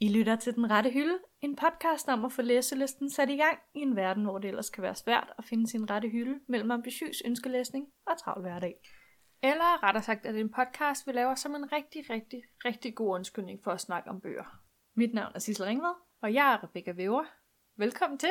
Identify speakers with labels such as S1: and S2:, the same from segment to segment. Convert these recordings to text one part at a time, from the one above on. S1: lytter til Den Rette Hylde, en podcast om at få læselisten sat i gang i en verden, hvor det ellers kan være svært at finde sin rette hylde mellem ambitiøs ønskelæsning og travl hverdag. Eller rettere sagt, at en podcast, vi laver som en rigtig, rigtig, rigtig god undskyldning for at snakke om bøger. Mit navn er Sissel Ringvad, og jeg er Rebecca Væver. Velkommen til.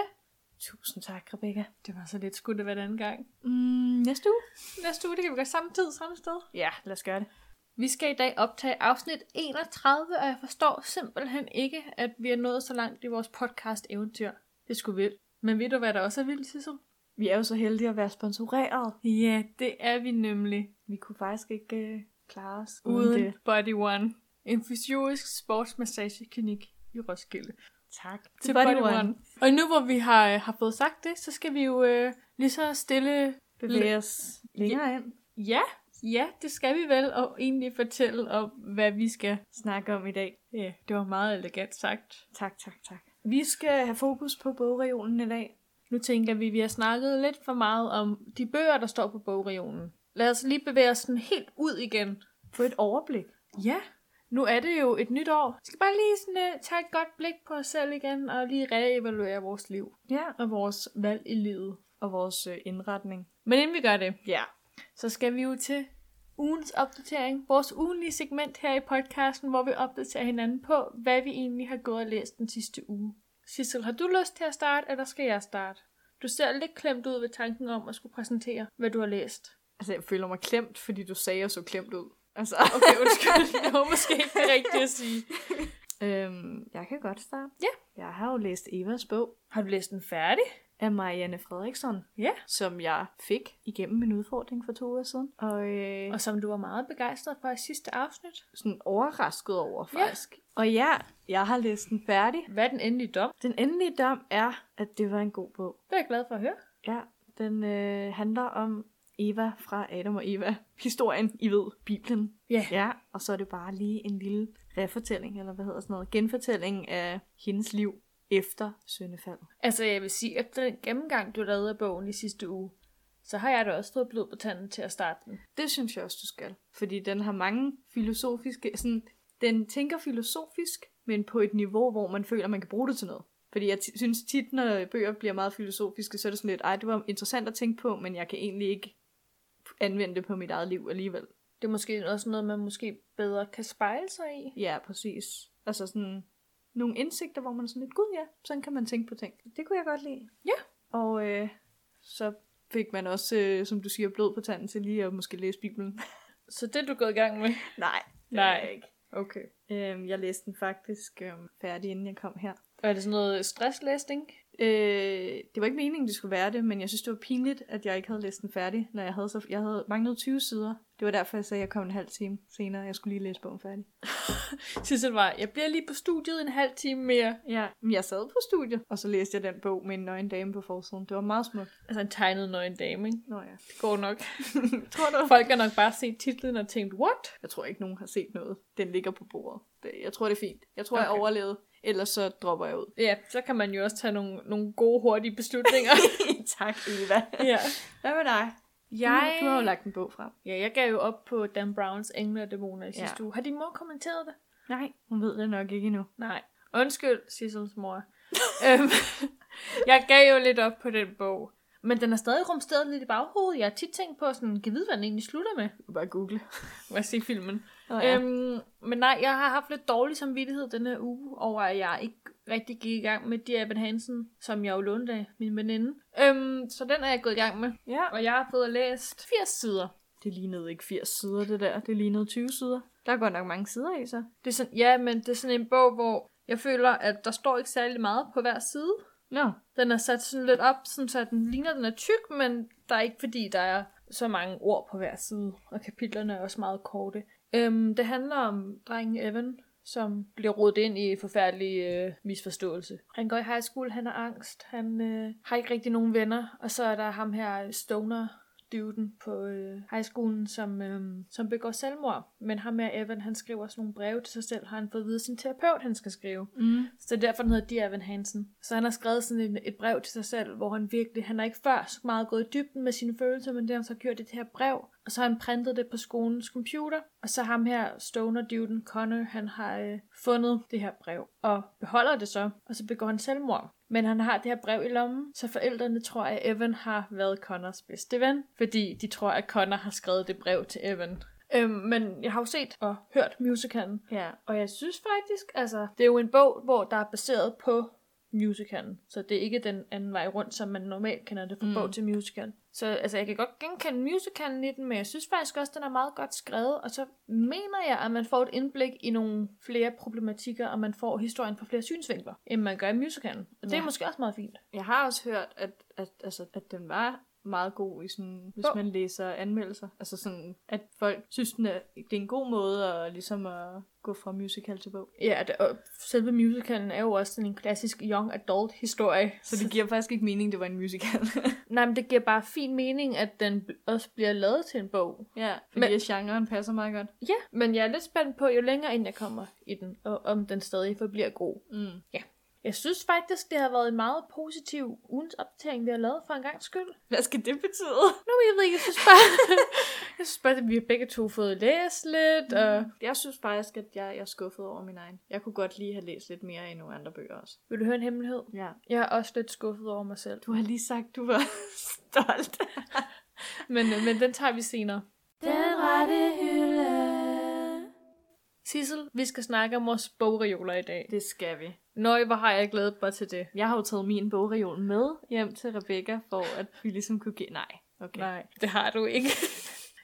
S1: Tusind tak, Rebecca.
S2: Det var så lidt skudt at være den anden gang.
S1: Mm, næste uge?
S2: Næste uge, det kan vi gøre samme tid, samme sted.
S1: Ja, lad os gøre det.
S2: Vi skal i dag optage afsnit 31, og jeg forstår simpelthen ikke, at vi er nået så langt i vores podcast-eventyr. Det skulle vildt. Men ved du, hvad der også er vildt, Sissel?
S1: Vi er jo så heldige at være sponsoreret.
S2: Ja, det er vi nemlig.
S1: Vi kunne faktisk ikke øh, klare os uden,
S2: Uden
S1: det.
S2: Body One. En fysiologisk sportsmassageklinik i Roskilde.
S1: Tak
S2: Til Body, One. Og nu hvor vi har, øh, har fået sagt det, så skal vi jo øh, lige så stille
S1: Bevæg os længere ind.
S2: Ja, ja, det skal vi vel, og egentlig fortælle om, hvad vi skal.
S1: Snakke om i dag.
S2: Ja, det var meget elegant sagt.
S1: Tak, tak, tak. Vi skal have fokus på bogreolen i dag.
S2: Nu tænker vi, at vi har snakket lidt for meget om de bøger, der står på bogreolen. Lad os lige bevæge os sådan helt ud igen.
S1: Få et overblik.
S2: Ja, nu er det jo et nyt år. Vi skal bare lige sådan, uh, tage et godt blik på os selv igen, og lige reevaluere vores liv
S1: Ja.
S2: og vores valg i livet.
S1: Og vores øh, indretning.
S2: Men inden vi gør det,
S1: Ja.
S2: så skal vi jo til ugens opdatering. Vores ugenlige segment her i podcasten, hvor vi opdaterer hinanden på, hvad vi egentlig har gået og læst den sidste uge. Sissel, har du lyst til at starte, eller skal jeg starte? Du ser lidt klemt ud ved tanken om at skulle præsentere, hvad du har læst.
S1: Altså, jeg føler mig klemt, fordi du sagde, at jeg så klemt ud. Altså,
S2: Okay, undskyld. Det var måske ikke det rigtige at sige.
S1: øhm, jeg kan godt starte.
S2: Ja.
S1: Jeg har jo læst Evas bog
S2: Har du læst den færdig?
S1: af Marianne Frederiksson,
S2: Ja.
S1: som jeg fik igennem min udfordring for to uger siden. Og, øh,
S2: Og som du var meget begejstret for i sidste afsnit.
S1: sådan overrasket over,
S2: Ja.
S1: faktisk. Og ja, jeg har læst den færdig.
S2: Hvad er den endelige dom?
S1: Den endelige dom er, at det var en god bog.
S2: Det er jeg glad for at høre.
S1: Ja, den øh, handler om Eva fra Adam og Eva. Historien, I ved, Bibelen.
S2: Ja.
S1: Ja, og så er det bare lige en lille refortælling, eller hvad hedder sådan noget, genfortælling af hendes liv efter syndefaldet.
S2: Altså, jeg vil sige, efter den gennemgang, du lavede af bogen i sidste uge, så har jeg da også fået blod på tanden til at starte den.
S1: Det synes jeg også, du skal. Fordi den har mange filosofiske, sådan, den tænker filosofisk, men på et niveau, hvor man føler, man kan bruge det til noget. Fordi jeg t- synes tit, når bøger bliver meget filosofiske, så er det sådan lidt, ej, det var interessant at tænke på, men jeg kan egentlig ikke anvende det på mit eget liv alligevel.
S2: Det er måske også noget, man måske bedre kan spejle sig i.
S1: Ja, præcis. Altså sådan nogle indsigter, hvor man er sådan lidt, gud ja, sådan kan man tænke på ting. Det kunne jeg godt lide.
S2: Ja.
S1: Og øh, så fik man også, øh, som du siger, blod på tanden til lige at måske læse Bibelen.
S2: Så det er du gået i gang med.
S1: Nej,
S2: Nej.
S1: Nej. ikke.
S2: Okay.
S1: Øhm, jeg læste den faktisk øhm, færdig, inden jeg kom her.
S2: Og er det sådan noget stresslæsning?
S1: Øh, det var ikke meningen, det skulle være det, men jeg synes, det var pinligt, at jeg ikke havde læst den færdig, når jeg havde, så, jeg havde manglet 20 sider. Det var derfor, jeg sagde, at jeg kom en halv time senere, jeg skulle lige læse bogen færdig.
S2: Sissel var, jeg bliver lige på studiet en halv time mere.
S1: Ja, men jeg sad på studiet, og så læste jeg den bog med en nøgen dame på forsiden. Det var meget smukt.
S2: Altså en tegnet nøgen dame, ikke?
S1: Nå ja.
S2: Det går nok.
S1: Tror du?
S2: Folk har nok bare set titlen og tænkt, what?
S1: Jeg tror ikke, nogen har set noget. Den ligger på bordet. Det, jeg tror, det er fint. Jeg tror, okay. jeg
S2: Okay.
S1: overlevede. Ellers så dropper jeg ud.
S2: Ja, så kan man jo også tage nogle, nogle gode, hurtige beslutninger.
S1: tak, Eva.
S2: ja.
S1: Hvad med dig?
S2: Jeg...
S1: Du, du har jo lagt en bog frem.
S2: Ja, jeg gav jo op på Dan Browns Engle og Dæmoner i sidste
S1: Ja.
S2: uge. Har din mor kommenteret det?
S1: Nej, hun ved det nok ikke endnu.
S2: Nej. Undskyld, Sissels mor. øhm, jeg gav jo lidt op på den bog. Men den er stadig rumsteret lidt i baghovedet. Jeg har tit tænkt på, sådan, kan vide, hvad den egentlig slutter med.
S1: Du kan bare google.
S2: Må jeg se filmen?
S1: Oh,
S2: Ja. Øhm, men nej, jeg har haft lidt dårlig samvittighed den her uge, over at jeg ikke rigtig gik i gang med Dear Evan Hansen, som jeg jo lånte af min veninde. Øhm, så den er jeg gået i gang med.
S1: ja.
S2: Og jeg har fået læst 80 sider.
S1: Det lignede ikke 80 sider, det der. Det lignede 20 sider. Der er godt nok mange sider i, så.
S2: Det er sådan, ja, men det er sådan en bog, hvor jeg føler, at der står ikke særlig meget på hver side.
S1: Nå.
S2: Den er sat sådan lidt op, sådan så den ligner, den er tyk, men der er ikke fordi, der er så mange ord på hver side. Og kapitlerne er også meget korte. Øhm, det handler om drengen Evan, som bliver rodet ind i forfærdelig øh, misforståelse. Han går i high school, han har angst, han øh, har ikke rigtig nogen venner. Og så er der ham her, stoner duden på øh, high som, øh, som begår selvmord. Men ham her, Evan, han skriver sådan nogle breve til sig selv, har han fået at vide af sin terapeut, han skal skrive.
S1: Mm.
S2: Så det er derfor, den hedder Dear Evan Hansen. Så han har skrevet sådan et, et brev til sig selv, hvor han virkelig, han har ikke før så meget gået i dybden med sine følelser, men det har han så gjort i det her brev, Og så har han printet det på skolens computer. Og så ham her, stoner duden Connor, han har øh, fundet det her brev og beholder det så. Og så begår han selvmord. Men han har det her brev i lommen, så forældrene tror, at Evan har været Connors bedste ven. Fordi de tror, at Connor har skrevet det brev til Evan. Øhm, men jeg har jo set og hørt musicalen.
S1: Ja.
S2: Og jeg synes faktisk, altså, det er jo en bog, hvor der er baseret på musicalen. Så det er ikke den anden vej rundt, som man normalt kender det fra
S1: Mm.
S2: mm. bog til musical. Så altså, jeg kan godt genkende musicalen i den, men jeg synes faktisk også, den er meget godt skrevet. Og så mener jeg, at man får et indblik i nogle flere problematikker, og man får historien fra flere synsvinkler, end man gør i musicalen. Og det ja.
S1: Ja.
S2: er måske også meget fint.
S1: Jeg har også hørt, at, at, altså, at den var meget god, i sådan, hvis
S2: Bog.
S1: man læser anmeldelser. Altså sådan, at folk synes, den er, det er en god måde at, ligesom at gå fra musical til bog.
S2: Ja, det, og selve musicalen er jo også sådan en klassisk young adult historie.
S1: Så det giver faktisk ikke mening, det var en musical.
S2: Nej, men det giver bare fin mening, at den bl- også bliver lavet til en bog.
S1: ja, fordi
S2: Men-
S1: men... genren passer meget godt.
S2: Ja, men jeg er lidt spændt på, jo længere ind jeg kommer i den, og om den stadig forbliver god.
S1: Mm.
S2: Jeg synes faktisk, det har været en meget positiv ugens opdatering, vi har lavet for en gang skyld.
S1: Hvad skal det betyde?
S2: Nå, men jeg ved ikke, jeg synes bare, jeg synes bare at vi har begge to fået læst lidt, og
S1: Øh, Jeg synes faktisk, at jeg, jeg er skuffet over min egen. Jeg kunne godt lige have læst lidt mere i nogle andre bøger også.
S2: vil du høre en hemmelighed?
S1: Ja.
S2: Jeg er også lidt skuffet over mig selv.
S1: Du har lige sagt, du var stolt.
S2: Men, øh, men den tager vi senere.
S1: Den rette hylde.
S2: Sissel, vi skal snakke om vores bogreoler i dag.
S1: Det skal vi.
S2: Nøj, hvor har jeg glædet mig til det.
S1: Jeg har jo taget min bogreol med hjem til Rebecca, for at vi ligesom kunne give... Nej, okay.
S2: Nej, det har du ikke.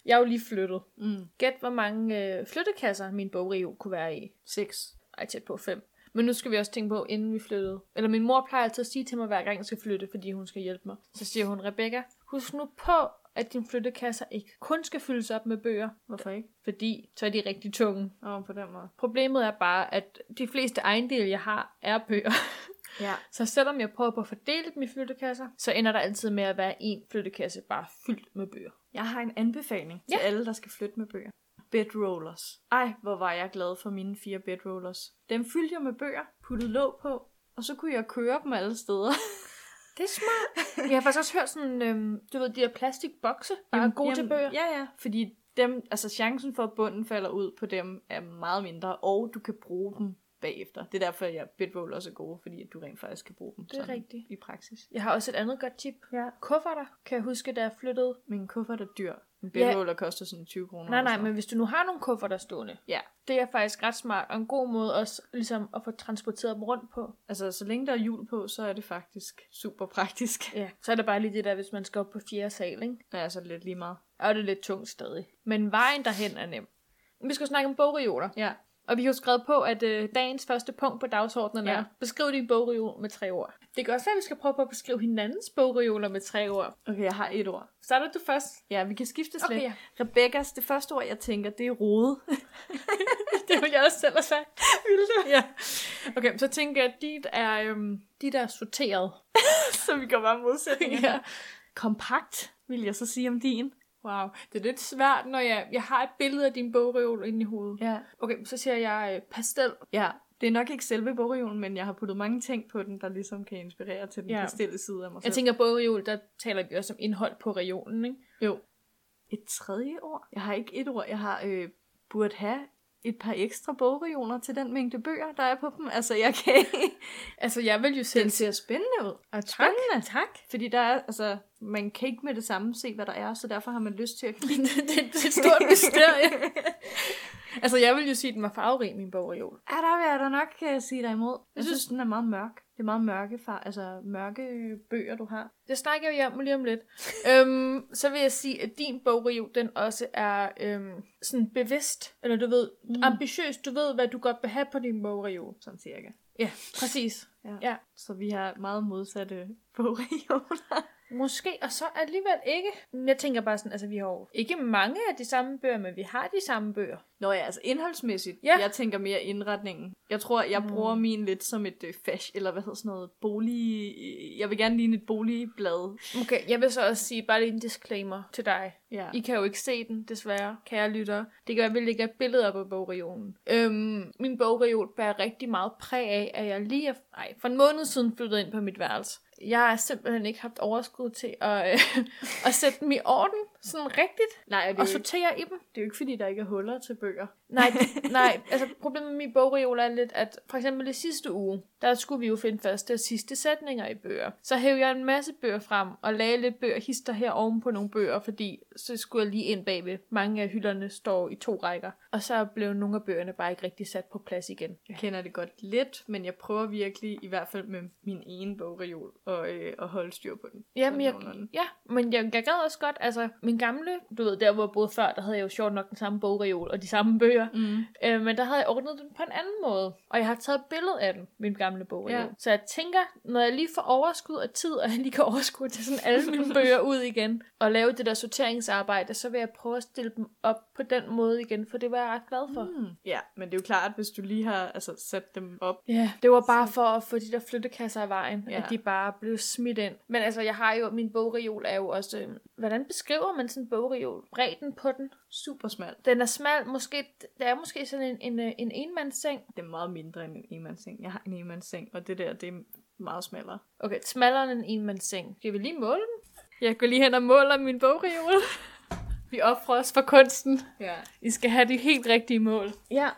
S2: jeg er jo lige flyttet.
S1: Mm.
S2: Gæt, hvor mange øh, flyttekasser min bogreol kunne være i.
S1: Seks.
S2: Ej, tæt på fem. Men nu skal vi også tænke på, inden vi flyttede. Eller min mor plejer altid at sige til mig, hver gang jeg skal flytte, fordi hun skal hjælpe mig. Så siger hun, Rebecca, husk nu på, at din flyttekasser ikke kun skal fyldes op med bøger,
S1: Hvorfor ikke?
S2: fordi så er de rigtig tunge.
S1: Åh, oh, på den måde.
S2: Problemet er bare, at de fleste ejendele, jeg har, er bøger.
S1: Ja.
S2: Så selvom jeg prøver på at fordele dem i flyttekasser, så ender der altid med at være en flyttekasse bare fyldt med bøger.
S1: Jeg har en anbefaling til
S2: Ja.
S1: alle, der skal flytte med bøger. Bedrollers. Ej, hvor var jeg glad for mine fire bedrollers. Dem fyldte jeg med bøger, puttede låg på, og så kunne jeg køre dem alle steder.
S2: Det er smart. jeg har faktisk også hørt sådan, øhm, du ved, de der plastikbokse, bare er gode til bøger.
S1: Ja, ja. Fordi dem, altså chancen for, at bunden falder ud på dem, er meget mindre, og du kan bruge dem bagefter. Det er derfor, at jeg bedrollers er gode, fordi at du rent faktisk kan bruge dem
S2: Det er rigtigt.
S1: i praksis.
S2: Jeg har også et andet godt tip.
S1: Ja.
S2: Kufferter, kan jeg huske, da jeg flyttede.
S1: Men en kuffert er dyr. En
S2: Ja.
S1: bedroller koster sådan 20 kroner.
S2: Nej,
S1: eller
S2: nej,
S1: sådan
S2: men hvis du nu har nogle kufferter stående,
S1: noget. Ja,
S2: det er faktisk ret smart og en god måde også ligesom at få transporteret dem rundt på.
S1: altså så længe der er hjul på, så er det faktisk super praktisk.
S2: Ja. Så er det bare lige det der, hvis man skal op på fjerde sal, ikke?
S1: Ja, altså lidt lige meget.
S2: Og det er lidt tungt stadig. Men vejen derhen er nem. Vi skal jo snakke om bogreoler.
S1: Ja,
S2: Og vi har jo skrevet på, at øh, dagens første punkt på dagsordenen ja.
S1: Ja.
S2: er, beskriv din bogreol med tre ord. Det kan også være, at vi skal prøve på at beskrive hinandens bogreoler med tre ord.
S1: okay, jeg har et ord.
S2: Starter du først?
S1: Ja, vi kan skifte slet.
S2: Okay, ja.
S1: Rebekkas, det første ord, jeg tænker, det er rode.
S2: Det ville jeg også selv have sagt. Ville du? Ja. Okay, så tænker jeg, at dit er, øhm, dit er sorteret.
S1: så vi går bare modsætninger.
S2: Ja.
S1: ja. Kompakt, vil jeg så sige om din.
S2: Wow, det er lidt svært, når jeg, jeg har et billede af din bogreol inde i hovedet.
S1: Ja.
S2: Okay, så siger jeg øh, pastel.
S1: Ja, det er nok ikke selve bogreolen, men jeg har puttet mange ting på den, der ligesom kan inspirere til den
S2: Ja.
S1: ja. stille side af mig selv.
S2: Jeg tænker bogreol, der taler vi også om indhold på reolen, ikke?
S1: jo. Et tredje ord? Jeg har ikke et ord. Jeg har øh, burde have et par ekstra bogreoler til den mængde bøger, der er på dem. Altså, jeg kan ikke...
S2: Altså, jeg vil jo selv...
S1: ser spændende ud.
S2: Ah,
S1: Spændende.
S2: tak.
S1: Fordi der er, altså, man kan ikke med det samme se, hvad der er, så derfor har man lyst til at kigge.
S2: det, det, det er et stort mysterie. altså, jeg vil jo sige, at den var farverig, min bogreol.
S1: Ja, der vil jeg da nok øh, sige dig imod. Jeg
S2: synes-
S1: synes, den er meget mørk. Det er meget mørke, far, altså mørke øh, bøger, du har.
S2: Det snakker vi om lige om lidt. øhm, så vil jeg sige, at din bogreol, den også er øhm, sådan bevidst, eller du ved, mm. ambitiøs. Du ved, hvad du godt vil have på din bogreol.
S1: Sådan cirka.
S2: Ja, præcis.
S1: Ja.
S2: Ja.
S1: Så vi har meget modsatte bogreoler.
S2: Måske, og så alligevel ikke. Men Jeg tænker bare sådan, altså vi har jo ikke mange af de samme bøger, men vi har de samme bøger.
S1: Nå ja, altså indholdsmæssigt.
S2: Ja. Mm.
S1: Jeg tænker mere indretningen. Jeg tror, jeg bruger min lidt som et øh, fash, eller hvad hedder sådan noget, bolig... øh, Jeg vil gerne ligne et boligblad.
S2: Okay, jeg vil så også sige bare lige en disclaimer til dig.
S1: Ja.
S2: I kan jo ikke se den, desværre, kære lyttere. Det kan være, at vi lægger et billede op af bogreolen. Øhm, min bogreol bærer rigtig meget præg af, at jeg lige er, ej, for en måned siden flyttede ind på mit værelse. Jeg har simpelthen ikke haft overskud til at, øh, at sætte dem i orden. sådan rigtigt,
S1: Nej, og det, er
S2: og
S1: jo ikke,
S2: sortere i dem.
S1: det er jo ikke, fordi der ikke er huller til bøger.
S2: Nej, nej, altså problemet med min bogreol er lidt, at for eksempel i sidste uge, der skulle vi jo finde første og sidste sætninger i bøger. Så hæv jeg en masse bøger frem, og lagde lidt bøger hister her oven på nogle bøger, fordi så skulle jeg lige ind bagved. Mange af hylderne står i to rækker, og så blev nogle af bøgerne bare ikke rigtig sat på plads igen.
S1: Jeg kender det godt lidt, men jeg prøver virkelig, i hvert fald med min ene bogreol, at, øh, at holde styr på den.
S2: Jamen,
S1: Sådan
S2: jeg,
S1: nogenlunde.
S2: ja, men jeg, jeg gad også godt, altså min gamle, du ved, der hvor jeg boede før, der havde jeg jo sjovt nok den samme bogreol og de samme bøger.
S1: Mm.
S2: Øh, men der havde jeg ordnet den på en anden måde. Og jeg har taget et billede af den, min gamle bog.
S1: Ja.
S2: Ja. Så jeg tænker, når jeg lige får overskud af tid, og jeg lige kan overskud til sådan alle mine bøger ud igen, og lave det der sorteringsarbejde, så vil jeg prøve at stille dem op på den måde igen, for det var jeg ret glad for. Mm.
S1: Mm. Ja, men det er jo klart, hvis du lige har altså, sat dem op.
S2: Ja, det var bare for at få de der flyttekasser af vejen,
S1: Ja.
S2: ja. at de bare blev smidt ind. Men altså, jeg har jo, min bogreol er jo også, øh, hvordan beskriver man sådan en bogreol? Bredden på den?
S1: Super smal.
S2: Den er smal, måske, det er måske sådan en, en, øh, en enmandsseng,
S1: Det er meget mindre end en enmandsseng. Jeg har en enmandsseng, og det der, det er meget smallere.
S2: Okay, smallere end en mands seng. Skal vi lige måle den? Jeg går lige hen og måler min bogreol. Vi offrer os for kunsten.
S1: Ja.
S2: I skal have de helt rigtige mål. Ja.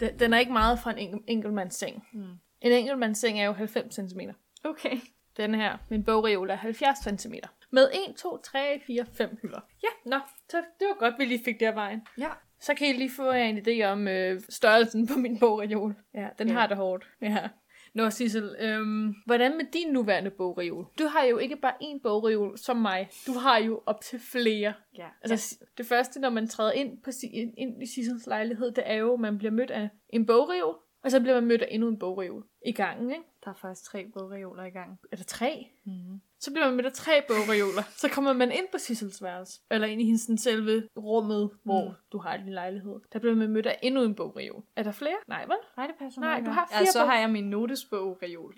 S2: Den, den er ikke meget for en enkel, enkeltmands seng.
S1: Mm.
S2: En enkeltmands seng er jo 90 cm.
S1: Okay.
S2: Den her, min bogreol, er 70 cm. Med 1, 2, 3, 4, 5 hylder. Ja, nå. Så det var godt, vi lige fik det af vejen.
S1: Ja.
S2: Så kan I lige få jer en idé om øh, størrelsen på min bogreol. Ja, den
S1: Ja.
S2: har det hårdt. Ja. Nå, Sissel, øhm, hvordan med din nuværende bogreol? Du har jo ikke bare én bogreol som mig. Du har jo op til flere.
S1: Ja.
S2: Altså, ja. det første, når man træder ind, på, si- ind- ind i Sissels lejlighed, det er jo, at man bliver mødt af en bogreol, og så bliver man mødt af endnu en bogreol i gangen, ikke?
S1: Der er faktisk tre bogreoler i gang.
S2: Er der tre?
S1: Mm.
S2: Så bliver man mødt af tre bogreoler. Så kommer man ind på Sissels værelse, eller ind i hendes sådan selve rummet, hvor
S1: Mm.
S2: mm. du har din lejlighed. Der bliver man mødt af endnu en bogreol. Er der flere? Nej, hvad?
S1: Nej, det passer
S2: Nej,
S1: meget
S2: du
S1: godt.
S2: har
S1: ja,
S2: fire
S1: så
S2: bog-
S1: har jeg min notesbogreol.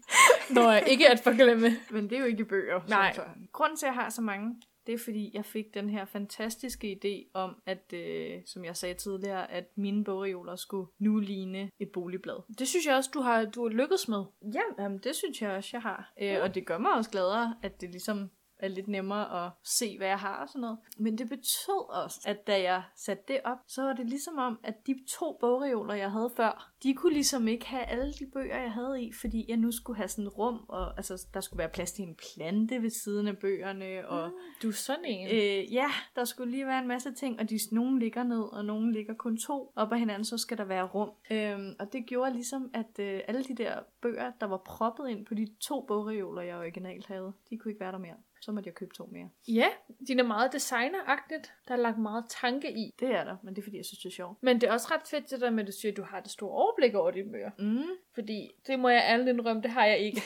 S2: Nå, øh, ikke at forglemme.
S1: Men det er jo ikke bøger.
S2: Nej.
S1: Så, så. Grunden til, at jeg har så mange, det er fordi, jeg fik den her fantastiske idé om, at øh, som jeg sagde tidligere, at mine bogreoler skulle nu ligne et boligblad.
S2: Det synes jeg også, du har du har lykkedes med.
S1: Ja, jamen, det synes jeg også, jeg har. Øh, og det gør mig også gladere, at det ligesom er lidt nemmere at se, hvad jeg har og sådan noget. Men det betød også, at da jeg satte det op, så var det ligesom om, at de to bogreoler, jeg havde før, de kunne ligesom ikke have alle de bøger, jeg havde i, fordi jeg nu skulle have sådan et rum, og altså, der skulle være plads til en plante ved siden af bøgerne, og
S2: Du er sådan en.
S1: Øh, ja, der skulle lige være en masse ting, og de, nogen ligger ned, og nogen ligger kun to op ad hinanden, så skal der være rum. Øhm, og det gjorde ligesom, at øh, alle de der bøger, der var proppet ind på de to bogreoler, jeg originalt havde, de kunne ikke være der mere. Så måtte jeg købe to mere.
S2: Ja, din er meget designeragtigt. Der er lagt meget tanke i.
S1: Det er der, men det er fordi, jeg synes, det er sjovt.
S2: Men det er også ret fedt det der med, at du siger, at du har det store overblik over dine bøger.
S1: Mm.
S2: Fordi det må jeg ærligt indrømme, det har jeg ikke.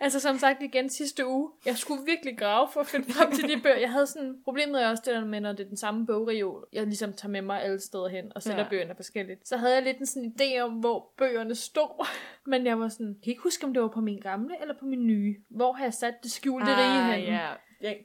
S2: altså som sagt igen sidste uge, jeg skulle virkelig grave for at finde frem til de bøger. Jeg havde sådan, problemet er også det der med, når det er den samme bogreol, jeg ligesom tager med mig alle steder hen og sætter
S1: Ja.
S2: ja. bøgerne forskelligt. Så havde jeg lidt en sådan idé om, hvor bøgerne stod. Men jeg var sådan, kan ikke huske, om det var på min gamle eller på min nye. Hvor har jeg sat det skjulte ah, rige hen?
S1: ja. ja.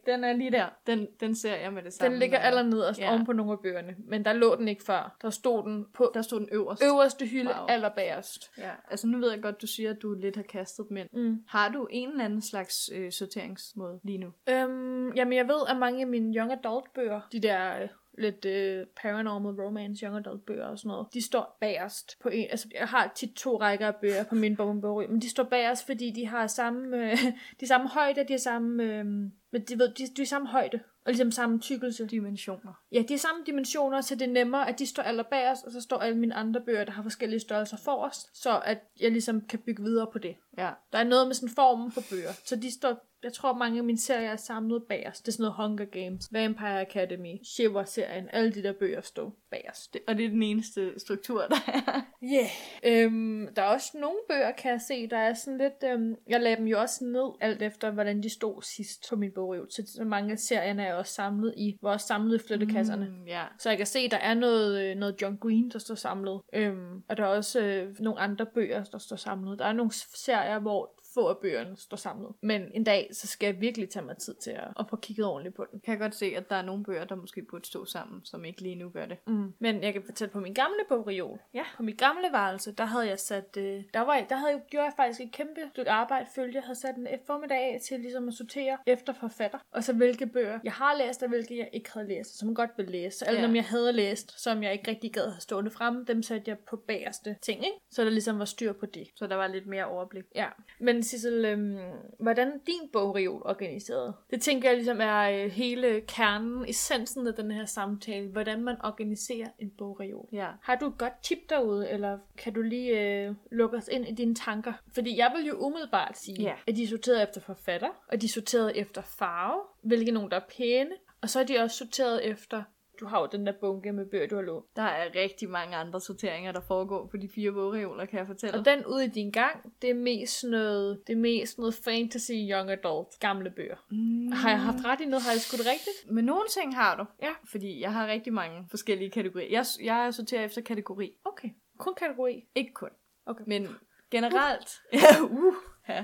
S1: Den er lige der. Den, den ser jeg med det samme.
S2: Den ligger
S1: når jeg-
S2: allernederst
S1: Ja.
S2: ja. oven på nogle af bøgerne, men der lå den ikke før. Der stod den på
S1: Der stod den øverst.
S2: øverste hylde
S1: Wow.
S2: wow. allerbærest.
S1: Ja. Altså nu ved jeg godt, du siger, at du lidt har kastet dem ind.
S2: Mm.
S1: Har du en eller anden slags øh, sorteringsmåde lige nu?
S2: Øhm, jamen, jeg ved, at mange af mine young adult bøger, de der øh, lidt øh, paranormal romance young adult bøger og sådan noget, de står bagerst på en. Altså, jeg har tit to rækker af bøger på min bogbog, men de står bagerst, fordi de har samme, øh, de samme højde, de har samme, øh, men de ved, de, de er samme højde. Og ligesom samme tykkelse.
S1: Dimensioner.
S2: Ja, de er samme dimensioner, så det er nemmere, at de står aller bagerst, og så står alle mine andre bøger, der har forskellige størrelser forrest, så at jeg ligesom kan bygge videre på det.
S1: Ja.
S2: Der er noget med sådan formen på bøger. Så de står, jeg tror mange af mine serier er samlet bagerst. Det er sådan noget Hunger Games, Vampire Academy, Shiver-serien. Alle de der bøger står bagerst.
S1: Det, og det er den eneste struktur, der er.
S2: Yeah. Øhm, der er også nogle bøger, kan jeg se, der er sådan lidt... Øhm, jeg lagde dem jo også ned, alt efter hvordan de stod sidst på min bogreol. Så så mange af serierne er også samlet i, var også samlet i flyttekasserne.
S1: Mm, ja.
S2: Så jeg kan se, der er noget, øh, noget John Green, der står samlet. Øhm, og der er også øh, nogle andre bøger, der står samlet. Der er nogle s- serier, hvor få af bøgerne står samlet. Men en dag, så skal jeg virkelig tage mig tid til at, at få kigget ordentligt på den.
S1: Kan jeg godt se, at der er nogle bøger, der måske burde stå sammen, som ikke lige nu gør det.
S2: Mm. Men jeg kan fortælle på min gamle bogreol.
S1: Ja.
S2: På mit gamle værelse, der havde jeg sat... Øh, der, var, der havde, gjorde jeg faktisk et kæmpe stykke arbejde, følge. Jeg havde sat en formiddag af til ligesom at sortere efter forfatter. Og så hvilke bøger jeg har læst, og hvilke jeg ikke havde læst, og som jeg godt ville læse. Så alle
S1: Ja.
S2: ja. dem, jeg havde læst, som jeg ikke rigtig gad have stående fremme, dem satte jeg på bagerste ting, ikke? Så der ligesom var styr på det.
S1: Så der var lidt mere overblik.
S2: Ja, men Sissel, øhm, hvordan er din bogreol organiseret? Det tænker jeg ligesom er øh, hele kernen, essensen af den her samtale, hvordan man organiserer en bogreol.
S1: Ja.
S2: Har du et godt tip derude, eller kan du lige øh, lukke os ind i dine tanker? Fordi jeg vil jo umiddelbart sige,
S1: Ja.
S2: at de er sorteret efter forfatter, og de er sorteret efter farve, hvilke nogen der er pæne, og så er de også sorteret efter, du har jo den der bunke med bøger, du har lånt.
S1: Der er rigtig mange andre sorteringer, der foregår på de fire bogreoler, kan jeg fortælle.
S2: Og den ude i din gang, det er mest sådan noget, det er mest noget fantasy young adult, gamle bøger.
S1: Mm.
S2: Har jeg haft ret i noget? Har jeg skudt rigtigt?
S1: Men nogle ting har du.
S2: Ja.
S1: Fordi jeg har rigtig mange forskellige kategorier. Jeg, jeg sorterer efter kategori.
S2: Okay. Kun kategori.
S1: Ikke kun.
S2: Okay.
S1: Men generelt... Ja, uh. Ja.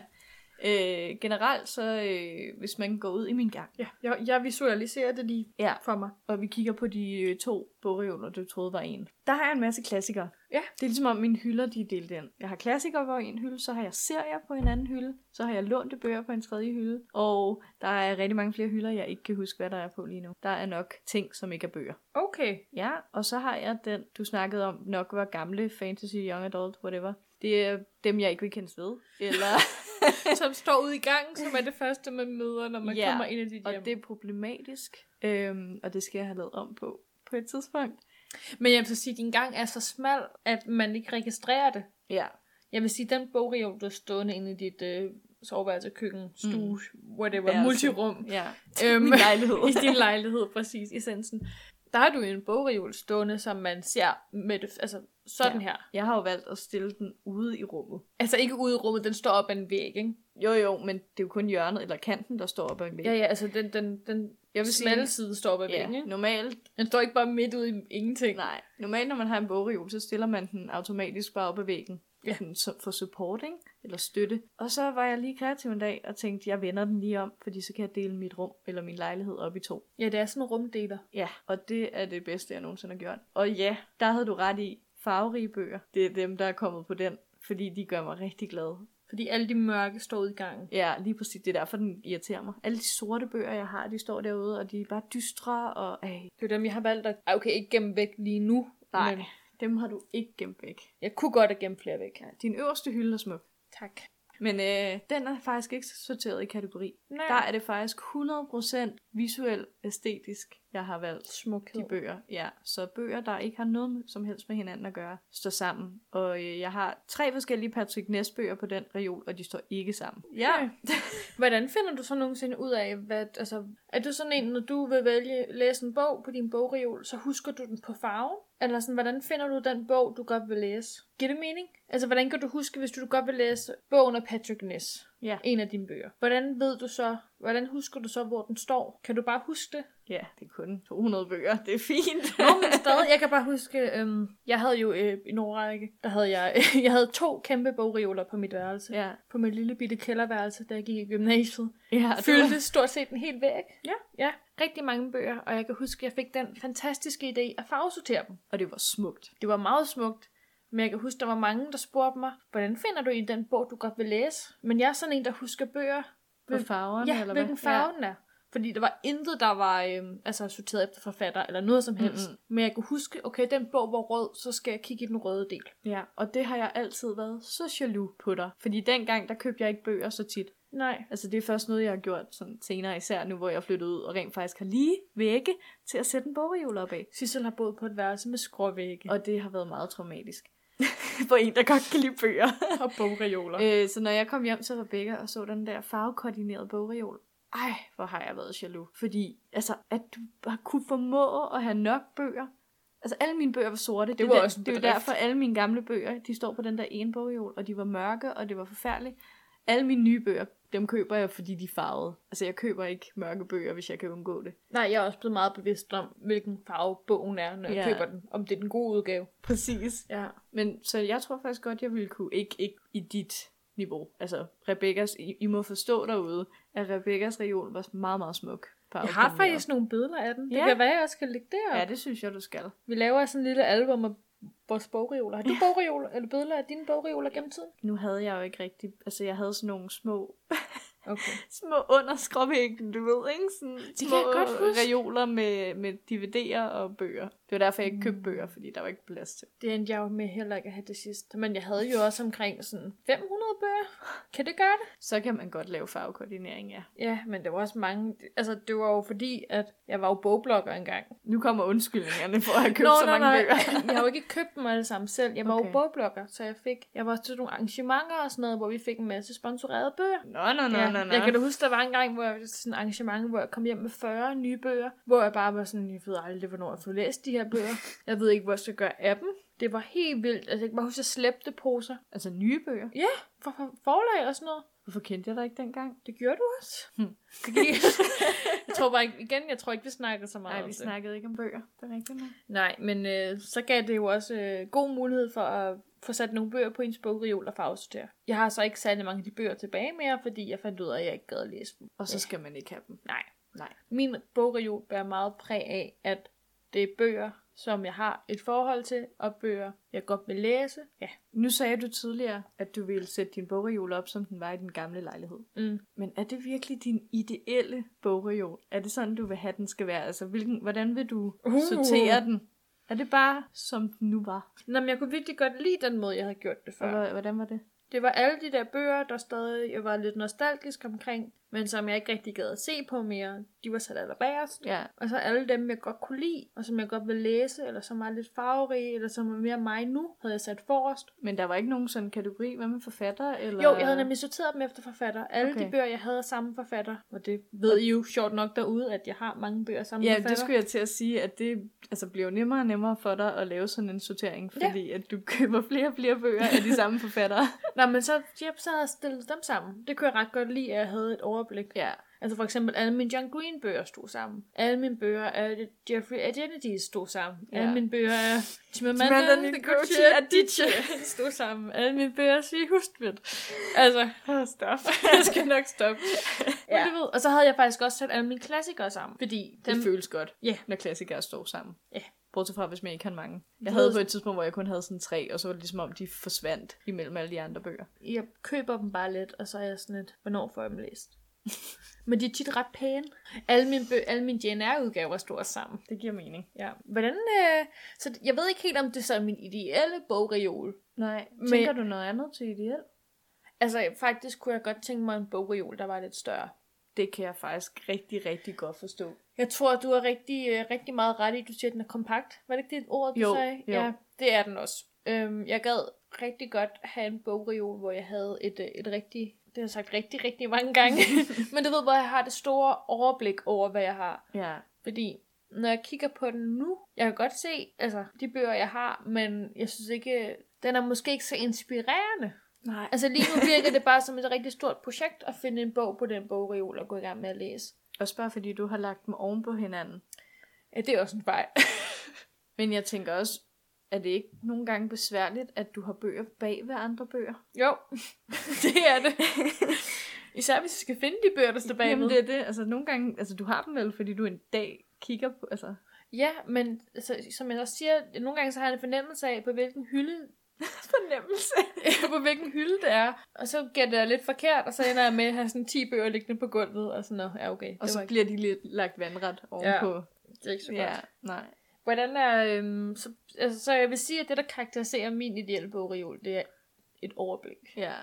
S1: Øh, generelt så, øh, hvis man går ud i min gang,
S2: Ja, jeg, jeg visualiserer det lige
S1: Ja.
S2: for mig.
S1: og vi kigger på de øh, to bogreoler, du troede var en. Der har jeg en masse klassikere.
S2: Ja.
S1: Det er ligesom om mine hylder, de er delt ind. Jeg har klassikere på en hylde, så har jeg serier på en anden hylde, så har jeg lånte bøger på en tredje hylde, og der er rigtig mange flere hylder, jeg ikke kan huske, hvad der er på lige nu. Der er nok ting, som ikke er bøger.
S2: Okay.
S1: Ja, og så har jeg den, du snakkede om, nok var gamle fantasy, young adult, whatever. Det er dem, jeg ikke vil kendes ved. Eller,
S2: Som står ude i gangen, som er det første, man møder, når man
S1: Ja,
S2: ja. kommer ind i dit hjem.
S1: og det er problematisk, øhm, og det skal jeg have lavet om på på et tidspunkt.
S2: Men jeg vil så sige, at din gang er så smal, at man ikke registrerer det.
S1: Ja,
S2: Jeg vil sige, den bogreol, du har stående inde i dit øh, soveværelse, køkken, stue, mm. whatever,
S1: Værelse.
S2: multirum.
S1: ja.
S2: Øhm,
S1: Min lejlighed.
S2: I din lejlighed, præcis, i sensen. Der har du en bogreol stående, som man ser med det, altså sådan
S1: Ja.
S2: ja. her.
S1: Jeg har jo valgt at stille den ude i rummet.
S2: Altså ikke ude i rummet, den står op ad en væg, ikke?
S1: Jo jo, men det er jo kun hjørnet eller kanten, der står op ad en væg.
S2: Ja, ja, altså den, den, den
S1: Jeg
S2: jeg
S1: vil
S2: vil
S1: sige-
S2: smalle side står op ad væggen,
S1: ja.
S2: ikke?
S1: Normalt,
S2: Den står ikke bare midt ude i ingenting.
S1: nej. Normalt, når man har en bogreol, så stiller man den automatisk bare op ad væggen.
S2: Ja.
S1: Sådan, så- for support, ikke? Eller støtte. Og så var jeg lige kreativ en dag og tænkte, jeg vender den lige om, fordi så kan jeg dele mit rum eller min lejlighed op i to.
S2: Ja, det er sådan en rumdeler.
S1: Ja, og det er det bedste, jeg nogensinde har gjort. Og ja, der havde du ret i. Farverige bøger, det er dem, der er kommet på den, fordi de gør mig rigtig glad.
S2: Fordi alle de mørke står ude i gangen.
S1: Ja, lige præcis. Det er derfor, den irriterer mig. Alle de sorte bøger, jeg har, de står derude, og de er bare dystre, og ej,
S2: Det er dem, jeg har valgt at... Ah, Okay, ikke gemme væk lige nu.
S1: nej,
S2: Men
S1: dem har du ikke gemt væk.
S2: jeg kunne godt have gemt flere væk.
S1: Ja, din øverste hylde er smuk.
S2: Tak.
S1: Men øh, den er faktisk ikke sorteret i kategori.
S2: Nej.
S1: Der er det faktisk 100% visuelt æstetisk, jeg har valgt.
S2: Smukhed.
S1: De bøger, ja. Så bøger, der ikke har noget med- som helst med hinanden at gøre, står sammen. Og øh, jeg har tre forskellige Patrick Ness bøger på den reol, og de står ikke sammen. Ja.
S2: Hvordan finder du så nogensinde ud af, hvad, altså, er du sådan en, når du vil vælge læse en bog på din bogreol, så husker du den på farven? Eller sådan, hvordan finder du den bog, du godt vil læse? Giver det mening? Altså, hvordan kan du huske, hvis du godt vil læse bogen af Patrick Ness?
S1: Ja.
S2: En af dine bøger. Hvordan ved du så, hvordan husker du så, hvor den står? Kan du bare huske det?
S1: Ja, det er kun 200 bøger. Det er fint.
S2: Nå, men stadig, jeg kan bare huske, øhm, jeg havde jo øh, en årrække, der havde jeg, jeg havde to kæmpe bogreoler på mit værelse.
S1: ja.
S2: På mit lille bitte kælderværelse, da jeg gik i gymnasiet.
S1: Ja,
S2: Og fyldte stort set en hel væg.
S1: Ja.
S2: ja. Rigtig mange bøger, og jeg kan huske, at jeg fik den fantastiske idé at farvesortere dem.
S1: og det var smukt.
S2: Det var meget smukt, men jeg kan huske, der var mange, der spurgte mig, hvordan finder du i den bog, du godt vil læse? Men jeg er sådan en, der husker bøger.
S1: På farverne,
S2: ja,
S1: eller hvad?
S2: hvilken farve den er. Fordi der var intet, der var øhm, altså, sorteret efter forfatter eller noget som helst.
S1: Mm,
S2: Men jeg kunne huske, okay, den bog var rød, så skal jeg kigge i den røde del.
S1: Ja, og det har jeg altid været så jaloux på dig. Fordi dengang, der købte jeg ikke bøger så tit.
S2: Nej.
S1: Altså det er først noget, jeg har gjort sådan senere, især nu, hvor jeg er flyttet ud og rent faktisk har lige vægge til at sætte en bogreol op af.
S2: Sissel har boet på et værelse med skråvægge og,
S1: Og det har været meget traumatisk. for en, der godt kan lide bøger.
S2: og bogreoler.
S1: øh, så når jeg kom hjem til Rebecca og så den der farvekoordinerede bogreol, ej, hvor har jeg været jaloux. Fordi, altså, at du har kunne formå at have nok bøger. Altså, alle mine bøger var sorte. Det, er
S2: var
S1: der-
S2: også en
S1: Det er jo
S2: bedrift.
S1: derfor, alle mine gamle bøger, de står på den der ene bogreol, og de var mørke, og det var forfærdeligt. Alle mine nye bøger, dem køber jeg, fordi de er farvede. Altså, jeg køber ikke mørke bøger, hvis jeg kan undgå det.
S2: Nej, jeg er også blevet meget bevidst om, hvilken farve bogen er, når jeg
S1: Ja.
S2: køber den. Om det er den gode udgave.
S1: Præcis.
S2: Ja.
S1: Men så jeg tror faktisk godt, jeg ville kunne, ikke, ikke i dit niveau. Altså, Rebekkas, I, I må forstå derude, at Rebekkas reol var meget, meget smuk. på
S2: Jeg har
S1: afkommet.
S2: faktisk nogle billeder af den. Det
S1: Ja.
S2: kan være, jeg også skal lægge der.
S1: Ja, det synes jeg, du skal.
S2: Vi laver sådan en lille album af vores bogreoler. Har du bogreoler, eller billeder af dine bogreoler gennem tiden?
S1: Nu havde jeg jo ikke rigtig... Altså, jeg havde sådan nogle små,
S2: Okay.
S1: små underskråbækken, du ved, ikke? Sådan
S2: kan
S1: små
S2: jeg godt huske.
S1: reoler med, med DVD'er og bøger. Det var derfor, jeg ikke købte
S2: Mm.
S1: bøger, fordi der var ikke plads til.
S2: Det endte jeg jo med heller ikke at have det sidste. Men jeg havde jo også omkring sådan 500 bøger. Kan det gøre det?
S1: Så kan man godt lave farvekoordinering, ja.
S2: Ja, men det var også mange... Altså, det var jo fordi, at jeg var jo bogblogger engang.
S1: Nu kommer undskyldningerne for at have købt så mange bøger.
S2: jeg har jo ikke købt dem alle sammen selv. Jeg var okay.
S1: Okay.
S2: jo bogblogger, så jeg fik... Jeg var til nogle arrangementer og sådan noget, hvor vi fik en masse sponsorerede bøger.
S1: Nå, nå, nå,
S2: Ja,
S1: nå, nå.
S2: jeg kan da huske, der var en gang, hvor jeg var til sådan et arrangement, hvor jeg kom hjem med 40 nye bøger, hvor jeg bare var sådan, jeg ved aldrig, hvornår jeg får læst de her bøger. Jeg ved ikke, hvor jeg skal gøre af dem. Det var helt vildt. Altså, jeg kan bare huske, at jeg slæbte poser
S1: Altså nye bøger.
S2: fra fra forlag og sådan noget.
S1: Hvorfor kendte jeg dig ikke dengang?
S2: Det gjorde du også.
S1: Hmm.
S2: Det gik. jeg tror bare ikke, igen, jeg tror ikke, vi snakkede så meget
S1: Nej,
S2: om
S1: vi
S2: det.
S1: snakkede ikke om bøger. Det er rigtigt nok.
S2: Nej, men øh, så gav det jo også øh, god mulighed for at få sat nogle bøger på ens bogreol og farvesortere. Jeg har så ikke særlig mange af de bøger tilbage mere, fordi jeg fandt ud af, at jeg ikke gad at læse dem.
S1: Og så
S2: Ja.
S1: skal man ikke have dem.
S2: Nej.
S1: Nej.
S2: Min bogreol bærer meget præg af, at det er bøger, som jeg har et forhold til, og bøger, jeg godt vil læse. Ja.
S1: Nu sagde du tidligere, at du ville sætte din bogreol op, som den var i den gamle lejlighed.
S2: Mm.
S1: Men er det virkelig din ideelle bogreol? Er det sådan, du vil have, den skal være? Altså, hvilken, hvordan vil du
S2: Uh.
S1: sortere den? Er det bare, som den nu var?
S2: Nå, men jeg kunne virkelig godt lide den måde, jeg havde gjort det
S1: Og
S2: før.
S1: hva- hvordan var det?
S2: Det var alle de der bøger, der stadig jeg var lidt nostalgisk omkring, men som jeg ikke rigtig gad at se på mere. De var sat allerbærest.
S1: Ja.
S2: Og så alle dem, jeg godt kunne lide, og som jeg godt vil læse, eller som er lidt farverige, eller som er mere mig nu, havde jeg sat forrest.
S1: Men der var ikke nogen sådan kategori, hvad med forfatter? Eller...
S2: Jo, jeg havde nemlig sorteret dem efter forfatter. Alle okay.
S1: Okay.
S2: de bøger, jeg havde af samme forfatter. Og det ved I jo sjovt nok derude, at jeg har mange bøger af samme
S1: Ja,
S2: forfatter.
S1: det skulle jeg til at sige, at det altså, bliver jo nemmere og nemmere for dig at lave sådan en sortering,
S2: Ja.
S1: fordi at du køber flere og flere bøger af de samme forfattere.
S2: Nå, men så, yep, så havde jeg stillet dem sammen. Det kunne jeg ret godt lide, at jeg havde et overblik.
S1: ja.
S2: Altså for eksempel, alle mine John Green bøger stod sammen. Alle mine bøger af Jeffrey Identity stod sammen.
S1: Ja.
S2: Ja. Alle mine bøger af
S1: Chimamanda
S2: Chimamanda
S1: Ngozi
S2: Ngozi
S1: Adichie.
S2: Adichie stod sammen. Alle mine bøger af Siri Hustvedt. Altså,
S1: Stop.
S2: jeg skal nok stoppe.
S1: Ja.
S2: ja. du ved. Og så havde jeg faktisk også sat alle mine klassikere sammen. Fordi
S1: Dem...
S2: dem...
S1: Det føles godt,
S2: Ja.
S1: når klassikere står sammen.
S2: Ja.
S1: Bortset fra, hvis man ikke har mange. Jeg
S2: Det
S1: havde
S2: ved-
S1: på et tidspunkt, hvor jeg kun havde sådan tre, og så var det ligesom om, de forsvandt imellem alle de andre bøger.
S2: Jeg køber dem bare lidt, og så er jeg sådan lidt, hvornår får jeg dem læst? Men de er tit ret pæne. Alle mine, bø- alle mine JNR-udgaver stod også sammen.
S1: Det giver mening.
S2: Ja. Hvordan, øh, så jeg ved ikke helt, om det er sådan min ideelle bogreol.
S1: Nej,
S2: Men-
S1: tænker du noget andet til ideel?
S2: Altså, faktisk kunne jeg godt tænke mig en bogreol, der var lidt større.
S1: Det kan jeg faktisk rigtig, rigtig godt forstå.
S2: Jeg tror, du har rigtig, øh, rigtig meget ret i, du siger, at den er kompakt. Var det ikke det ord, du
S1: Jo,
S2: sagde?
S1: jo.
S2: Ja, det er den også. Øhm, jeg gad rigtig godt have en bogreol, hvor jeg havde et, øh, et rigtig... Det har jeg sagt rigtig, rigtig mange gange. Men du ved, hvor jeg har det store overblik over, hvad jeg har.
S1: Ja.
S2: Fordi når jeg kigger på den nu, jeg kan godt se altså, de bøger, jeg har, men jeg synes ikke, den er måske ikke så inspirerende.
S1: Nej.
S2: Altså lige nu virker det bare som et rigtig stort projekt at finde en bog på den bogreol og gå i gang med at læse.
S1: Også bare fordi du har lagt dem oven på hinanden.
S2: Ja, det er også en fejl.
S1: Men jeg tænker også, er det ikke nogle gange besværligt, at du har bøger bag ved andre bøger?
S2: Jo, det er det. Især hvis jeg skal finde de bøger, der står bagved.
S1: Jamen det er det. Altså nogle gange, altså du har dem vel, fordi du en dag kigger på, altså...
S2: Ja, men altså, som jeg også siger, nogle gange så har jeg en fornemmelse af, på hvilken hylde
S1: Fornemmelse.
S2: på hvilken hylde det er. Og så gætter jeg lidt forkert, og så ender jeg med at have sådan 10 bøger liggende på gulvet, og sådan noget. Ja, okay. Det
S1: Og så
S2: var ikke,
S1: bliver de lidt lagt vandret ovenpå.
S2: det er ikke så godt.
S1: ja nej.
S2: Hvordan er, øhm, så, altså, så jeg vil sige, at det, der karakteriserer min ideelle bogreol, det er et overblik.
S1: Ja.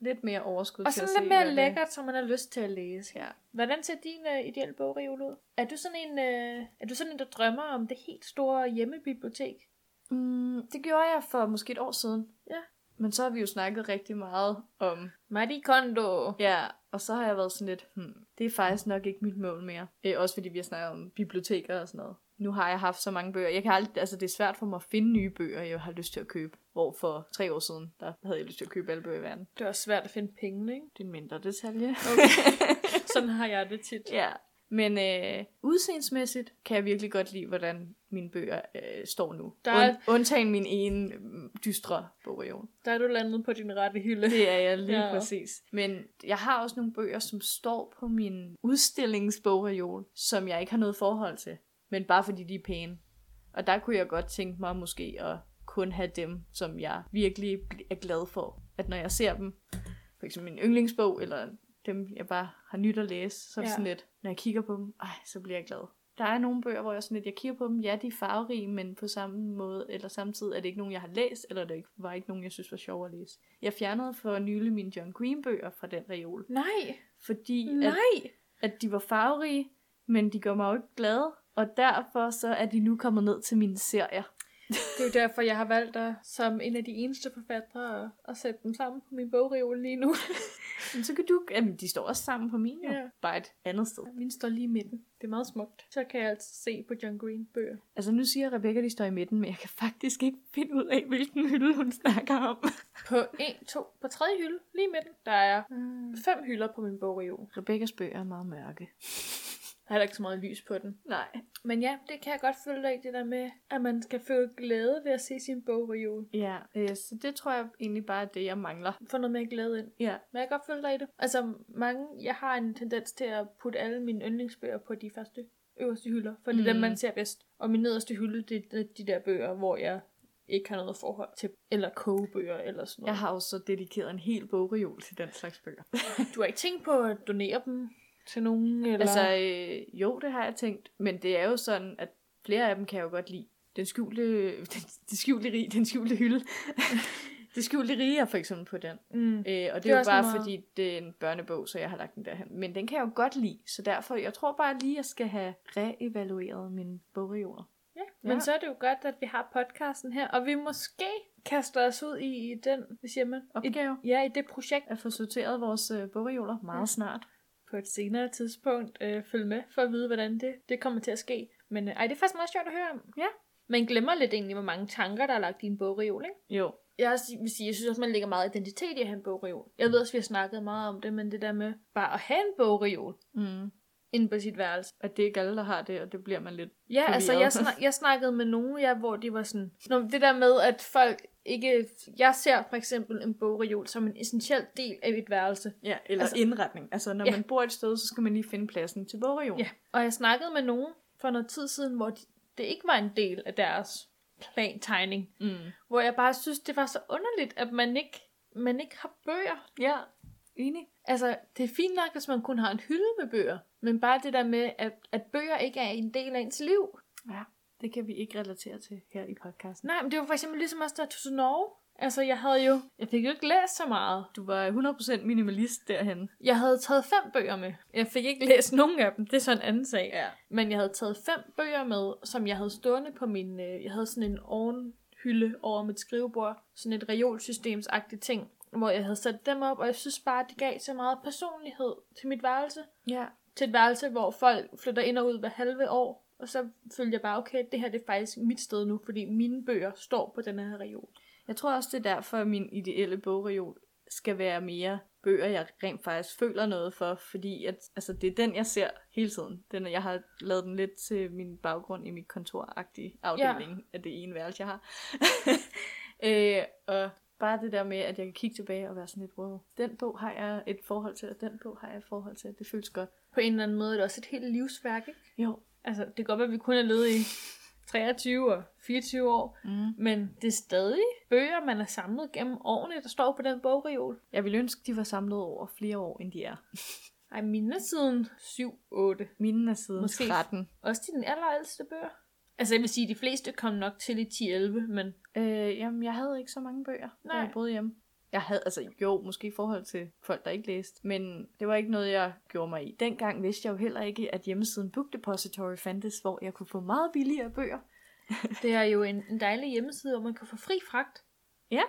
S1: Lidt mere overskud
S2: Og
S1: til at
S2: sådan
S1: se,
S2: lidt
S1: hvad det
S2: mere
S1: er.
S2: lækkert, som man har lyst til at læse.
S1: Ja.
S2: Hvordan ser din øh, ideelle bogreol ud? Er du, sådan en, øh, er du sådan en, der drømmer om det helt store hjemmebibliotek?
S1: Mm, det gjorde jeg for måske et år siden.
S2: Ja.
S1: Men så har vi jo snakket rigtig meget om,
S2: Marie Kondo.
S1: ja, og så har jeg været sådan lidt, hmm, det er faktisk nok ikke mit mål mere. Øh, også fordi vi har snakket om biblioteker og sådan noget. Nu har jeg haft så mange bøger. Jeg kan aldrig, altså det er svært for mig at finde nye bøger, jeg har lyst til at købe. Hvor for tre år siden, der havde jeg lyst til at købe alle bøger i verden.
S2: Det er også svært at finde penge, ikke?
S1: Det er en mindre detalje.
S2: Okay. sådan har jeg det tit.
S1: Ja, Men øh, udseendsmæssigt kan jeg virkelig godt lide, hvordan mine bøger øh, står nu.
S2: Der er-
S1: Und, undtagen min ene øh, dystre bogreol.
S2: Der er du landet på din rette hylde.
S1: Det er jeg lige
S2: Ja.
S1: ja. præcis. Men jeg har også nogle bøger, som står på min udstillingsbogreol, som jeg ikke har noget forhold til. Men bare fordi de er pæne. Og der kunne jeg godt tænke mig måske at kun have dem, som jeg virkelig bl- er glad for. At når jeg ser dem, for eksempel min yndlingsbog, eller dem, jeg bare har nyt at læse, så er det
S2: Ja.
S1: ja. sådan lidt, når jeg kigger på dem, ej, så bliver jeg glad. Der er nogle bøger, hvor jeg sådan lidt, jeg kigger på dem, ja, de er farverige, men på samme måde, eller samtidig er det ikke nogen, jeg har læst, eller det ikke- var ikke nogen, jeg synes var sjov at læse. Jeg fjernede for nylig mine John Green bøger fra den reol,
S2: Nej,
S1: fordi at,
S2: nej.
S1: at de var farverige, men de gør mig jo ikke glad, og derfor så er de nu kommet ned til mine serier.
S2: Det er jo derfor, jeg har valgt dig som en af de eneste forfattere at, at sætte dem sammen på min bogreol lige nu.
S1: Men så kan du, jamen, de står også sammen på mine,
S2: Ja.
S1: ja. bare et andet sted.
S2: Min står lige i midten. Det er meget smukt. Så kan jeg altså se på John Green bøger.
S1: Altså nu siger Rebecca, de står i midten, men jeg kan faktisk ikke finde ud af, hvilken hylde hun snakker om.
S2: På 1, 2, på tredje hylde, lige i midten, der er fem hylder på min bogreol.
S1: Rebekkas bøger er meget mørke.
S2: Der er heller ikke så meget lys på den.
S1: Nej.
S2: Men ja, det kan jeg godt følge dig i, det der med, at man skal føle glæde ved at se sin bogreol.
S1: Ja, øh, så det tror jeg egentlig bare er det, jeg mangler.
S2: Få noget mere glæde ind.
S1: Ja.
S2: Men jeg kan godt følge dig i det. Altså, mange, jeg har en tendens til at putte alle mine yndlingsbøger på de første øverste hylder, for det er dem,
S1: Mm.
S2: man ser bedst. Og min nederste hylde, det er de der bøger, hvor jeg ikke har noget forhold til, eller kogebøger eller sådan noget.
S1: Jeg har jo så dedikeret en hel bogreol til den slags bøger.
S2: Du har ikke tænkt på at donere dem til nogen? Eller...
S1: Altså, øh, jo, det har jeg tænkt, men det er jo sådan, at flere af dem kan jeg jo godt lide. Den skjulte, den, det skjulte rig, den skjulte hylde. det skjulte rige er for eksempel på den.
S2: mm.
S1: Øh, og det,
S2: Det er
S1: det er jo
S2: også
S1: bare
S2: lige meget.
S1: fordi, det er en børnebog, så jeg har lagt den derhen. Men den kan jeg jo godt lide, så derfor, jeg tror bare lige, jeg skal have reevalueret mine bogreoler.
S2: ja. Men
S1: ja.
S2: så er det jo godt, at vi har podcasten her, og vi måske kaster os ud i, i den, hvis jeg man, i,
S1: Opgave
S2: ja, i det projekt
S1: at få sorteret vores øh, bogreoler meget
S2: Ja.
S1: snart.
S2: på et senere tidspunkt. Øh, følg med for at vide, hvordan det, det kommer til at ske. Men øh, ej, det er faktisk meget sjovt at høre om.
S1: Ja.
S2: Man glemmer lidt egentlig, hvor mange tanker, der er lagt i en bogreol, ikke?
S1: Jo.
S2: Jeg vil sige- vil sige, jeg synes også, man lægger meget identitet i at have en bogreol. Jeg ved også, vi har snakket meget om det, men det der med bare at have en bogreol
S1: Mm.
S2: inde på sit værelse,
S1: At det er ikke alle, der har det, og det bliver man lidt...
S2: Ja, altså
S1: forvirret.
S2: jeg, snak, jeg snakkede med nogen, ja, hvor de var sådan... Nå, men det der med, at folk ikke... Jeg ser for eksempel en bogreol som en essentiel del af mit værelse.
S1: Ja, eller
S2: Altså-
S1: altså, indretning. Altså, når
S2: Ja.
S1: ja. man bor et sted, så skal man lige finde pladsen til bogreolen.
S2: Ja. Og jeg snakkede med nogen for noget tid siden, hvor de, det ikke var en del af deres plantegning.
S1: Mm.
S2: Hvor jeg bare synes, det var så underligt, at man ikke, man ikke har bøger.
S1: ja. Enig.
S2: Altså, det er fint nok, hvis man kun har en hylde med bøger. Men bare det der med, at, at bøger ikke er en del af ens liv.
S1: Ja, det kan vi ikke relatere til her i podcasten.
S2: Nej, men det var for eksempel ligesom også, da jeg tog til Norge. Altså, jeg havde jo... Jeg fik jo ikke læst så meget.
S1: Du var 100% minimalist derhen.
S2: Jeg havde taget fem bøger med. Jeg fik ikke læst nogen af dem, det er så en anden sag. Men jeg havde taget fem bøger med, som jeg havde stående på min... Øh, jeg havde sådan en ovenhylde over mit skrivebord. Sådan et reolsystemsagtigt ting, hvor jeg havde sat dem op, og jeg synes bare, at det gav så meget personlighed til mit værelse.
S1: Ja.
S2: Til et værelse, hvor folk flytter ind og ud hver halve år. Og så følte jeg bare, okay, det her det er faktisk mit sted nu, fordi mine bøger står på den her reol.
S1: Jeg tror også, det er derfor, at min ideelle bogreol skal være mere bøger, jeg rent faktisk føler noget for, fordi at, altså, det er den, jeg ser hele tiden. Den, jeg har lavet den lidt til min baggrund i mit kontoragtige afdeling ja. af det ene værelse, jeg har. øh, og bare det der med, at jeg kan kigge tilbage og være sådan lidt, wow, den bog har jeg et forhold til, og den bog har jeg et forhold til. Det føles godt.
S2: På en eller anden måde er det også et helt livsværk, ikke?
S1: Jo.
S2: Altså, det kan godt være, at vi kun er ledet i 23 og 24 år,
S1: Mm.
S2: men det er stadig bøger, man har samlet gennem årene, der står på den bogreol.
S1: Jeg ville ønske, de var samlet over flere år, end de er.
S2: Ej, mine er siden 7-8.
S1: Mine er siden
S2: Måske.
S1: Måske. 13.
S2: Også de den allerældste bøger. Altså, jeg vil sige, at de fleste kom nok til i 10-11, men
S1: Øh, jamen, jeg havde ikke så mange bøger, Nej.
S2: Nej.
S1: da jeg boede hjemme. Jeg havde, altså jo, måske i forhold til folk, der ikke læste, men det var ikke noget, jeg gjorde mig i. Dengang vidste jeg jo heller ikke, at hjemmesiden Book Depository fandtes, hvor jeg kunne få meget billigere bøger.
S2: det er jo en, en dejlig hjemmeside, hvor man kan få fri fragt
S1: Ja.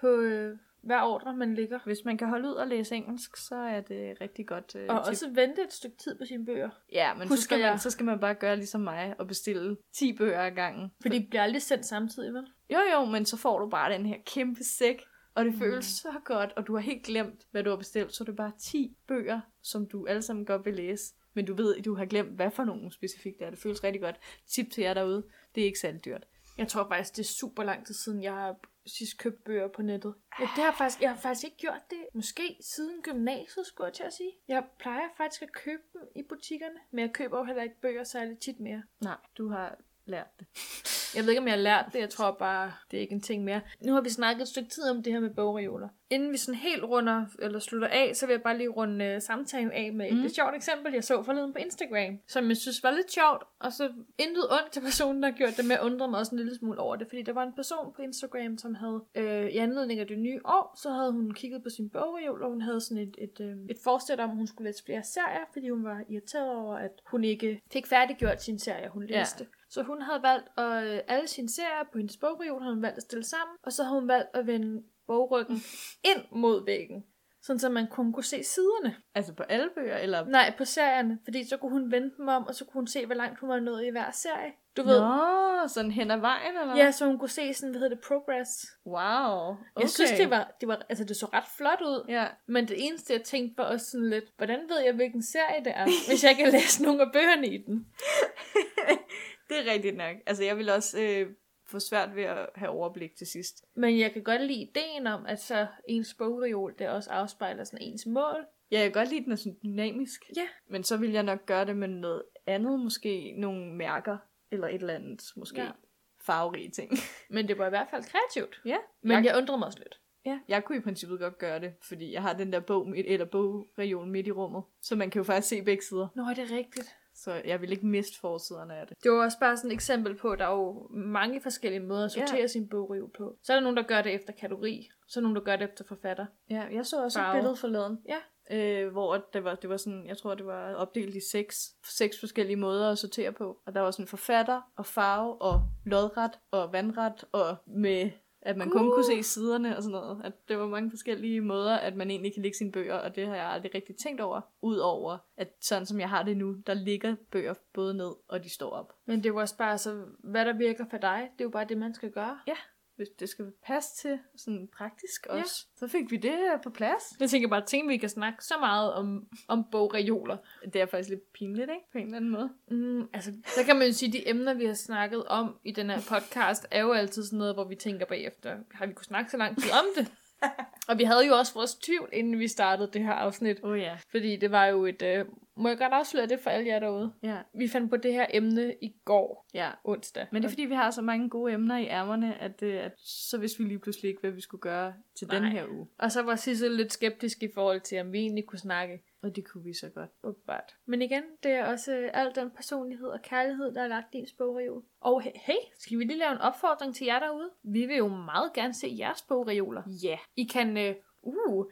S2: på øh, hver ordre, man ligger.
S1: Hvis man kan holde ud og læse engelsk, så er det rigtig godt øh,
S2: Og
S1: tip.
S2: også vente et stykke tid på sine bøger.
S1: Ja, men så
S2: husker
S1: skal,
S2: jeg-
S1: man, så skal man bare gøre ligesom mig og bestille 10 bøger ad gangen.
S2: For de bliver aldrig sendt samtidig, vel?
S1: Jo jo, men så får du bare den her kæmpe sæk, Og
S2: Mhm.
S1: det føles så godt, og du har helt glemt, hvad du har bestilt, så det er bare 10 bøger, som du alle sammen godt vil læse. Men du ved, at du har glemt, hvad for nogen specifikt det er. Det føles rigtig godt. Tip til jer derude, det er ikke særlig dyrt.
S2: Jeg tror faktisk, det er super lang tid siden, jeg har sidst købt bøger på nettet. Ja, det har faktisk, jeg har faktisk ikke gjort det. Måske siden gymnasiet, skulle jeg til at sige. Jeg plejer faktisk at købe dem i butikkerne, men jeg køber jo heller ikke bøger særlig tit mere.
S1: Nej.
S2: Du har lært det. Jeg ved ikke, om jeg har lært det. Jeg tror bare, det er ikke en ting mere. Nu har vi snakket et stykke tid om det her med bogreoler. Inden vi sådan helt runder, eller slutter af, så vil jeg bare lige runde øh, samtalen af med mm. et lidt sjovt eksempel, jeg så forleden på Instagram, som jeg synes var lidt sjovt, og så intet ondt til personen, der har gjort det, men jeg undrede mig også en lille smule over det, fordi der var en person på Instagram, som havde øh, i anledning af det nye år, så havde hun kigget på sin bogreol, og hun havde sådan et, et, øh, et forsæt om, at hun skulle læse flere serier, fordi hun var irriteret over, at hun ikke fik færdiggjort sin serie, hun
S1: Ja.
S2: læste. Så hun havde valgt at øh, alle sine serier på hendes bogreol, havde hun valgt at stille sammen, og så havde hun valgt at vende bogryggen ind mod væggen, sådan så man kun kunne se siderne.
S1: Altså på alle bøger, eller...
S2: Nej, på serierne, fordi så kunne hun vende dem om, og så kunne hun se, hvor langt hun var nået i hver serie. Du ved.
S1: Nå, sådan hen ad vejen, eller?
S2: Ja, så hun kunne se sådan, hvad hedder det, progress.
S1: Wow. Okay.
S2: Okay. Jeg synes, det var, det var, altså det så ret flot ud.
S1: Ja.
S2: Men det eneste, jeg tænkte, var også sådan lidt, hvordan ved jeg, hvilken serie det er, hvis jeg ikke har læst nogen af bøgerne i den?
S1: Det er rigtigt nok. Altså, jeg vil også øh, få svært ved at have overblik til sidst.
S2: Men jeg kan godt lide ideen om, at så ens bogreol, det også afspejler sådan ens mål.
S1: Ja, jeg kan godt lide, at den er sådan dynamisk.
S2: Ja.
S1: Men så vil jeg nok gøre det med noget andet, måske nogle mærker, eller et eller andet, måske
S2: Ja.
S1: ja. farverige ting.
S2: Men det var i hvert fald kreativt.
S1: Ja.
S2: Men jeg undrede mig også lidt.
S1: Ja, jeg kunne i princippet godt gøre det, fordi jeg har den der bog midt, eller bogreol midt i rummet, så man kan jo faktisk se begge sider.
S2: Nå, er det rigtigt?
S1: Så jeg vil ikke miste forsiderne af det.
S2: Det var også bare sådan et eksempel på, at der er jo mange forskellige måder at
S1: Ja.
S2: sortere yeah. sin bogreol på. Så er der nogen, der gør det efter kategori, så er der nogen, der gør det efter forfatter.
S1: Ja, jeg så også
S2: Farve.
S1: et billede forleden.
S2: Ja.
S1: Øh, hvor at det var, det var sådan, jeg tror, det var opdelt i seks, seks forskellige måder at sortere på. Og der var sådan forfatter, og farve, og lodret, og vandret, og med at man kun
S2: Uh.
S1: kunne se siderne og sådan noget. At det var mange forskellige måder, at man egentlig kan lægge sine bøger, og det har jeg aldrig rigtig tænkt over. Udover, at sådan som jeg har det nu, der ligger bøger både ned, og de står op.
S2: Men det er jo også bare, så hvad der virker for dig, det er jo bare det, man skal gøre.
S1: Hvis det skal passe til sådan praktisk
S2: Ja.
S1: også. Ja. Så fik vi det øh, på plads.
S2: Jeg tænker bare, tænk, vi kan snakke så meget om, om bogreoler.
S1: Det er faktisk lidt pinligt, ikke? På en eller anden måde.
S2: Mm, altså, så kan man jo sige, at de emner, vi har snakket om i den her podcast, er jo altid sådan noget, hvor vi tænker bagefter, har vi kunne snakke så lang tid om det? Og vi havde jo også vores tvivl, inden vi startede det her afsnit.
S1: Åh oh, ja.
S2: Fordi det var jo et... Øh, må jeg godt afsløre det for alle jer derude?
S1: Ja.
S2: Vi fandt på det her emne i går,
S1: Ja,
S2: onsdag.
S1: Men det er fordi, vi har så mange gode emner i ærmerne, at, øh, at så vidste vi lige pludselig ikke, hvad vi skulle gøre til Nej.
S2: Nej.
S1: den her uge.
S2: Og så var Sissel lidt skeptisk i forhold til, om vi egentlig kunne snakke.
S1: Og det kunne vi så godt.
S2: Åbenbart. Men igen, det er også øh, al den personlighed og kærlighed, der er lagt i ens bogreol. Og he- hey, skal vi lige lave en opfordring til jer derude? Vi vil jo meget gerne se jeres bogreoler.
S1: Ja.
S2: I kan... Øh, uh,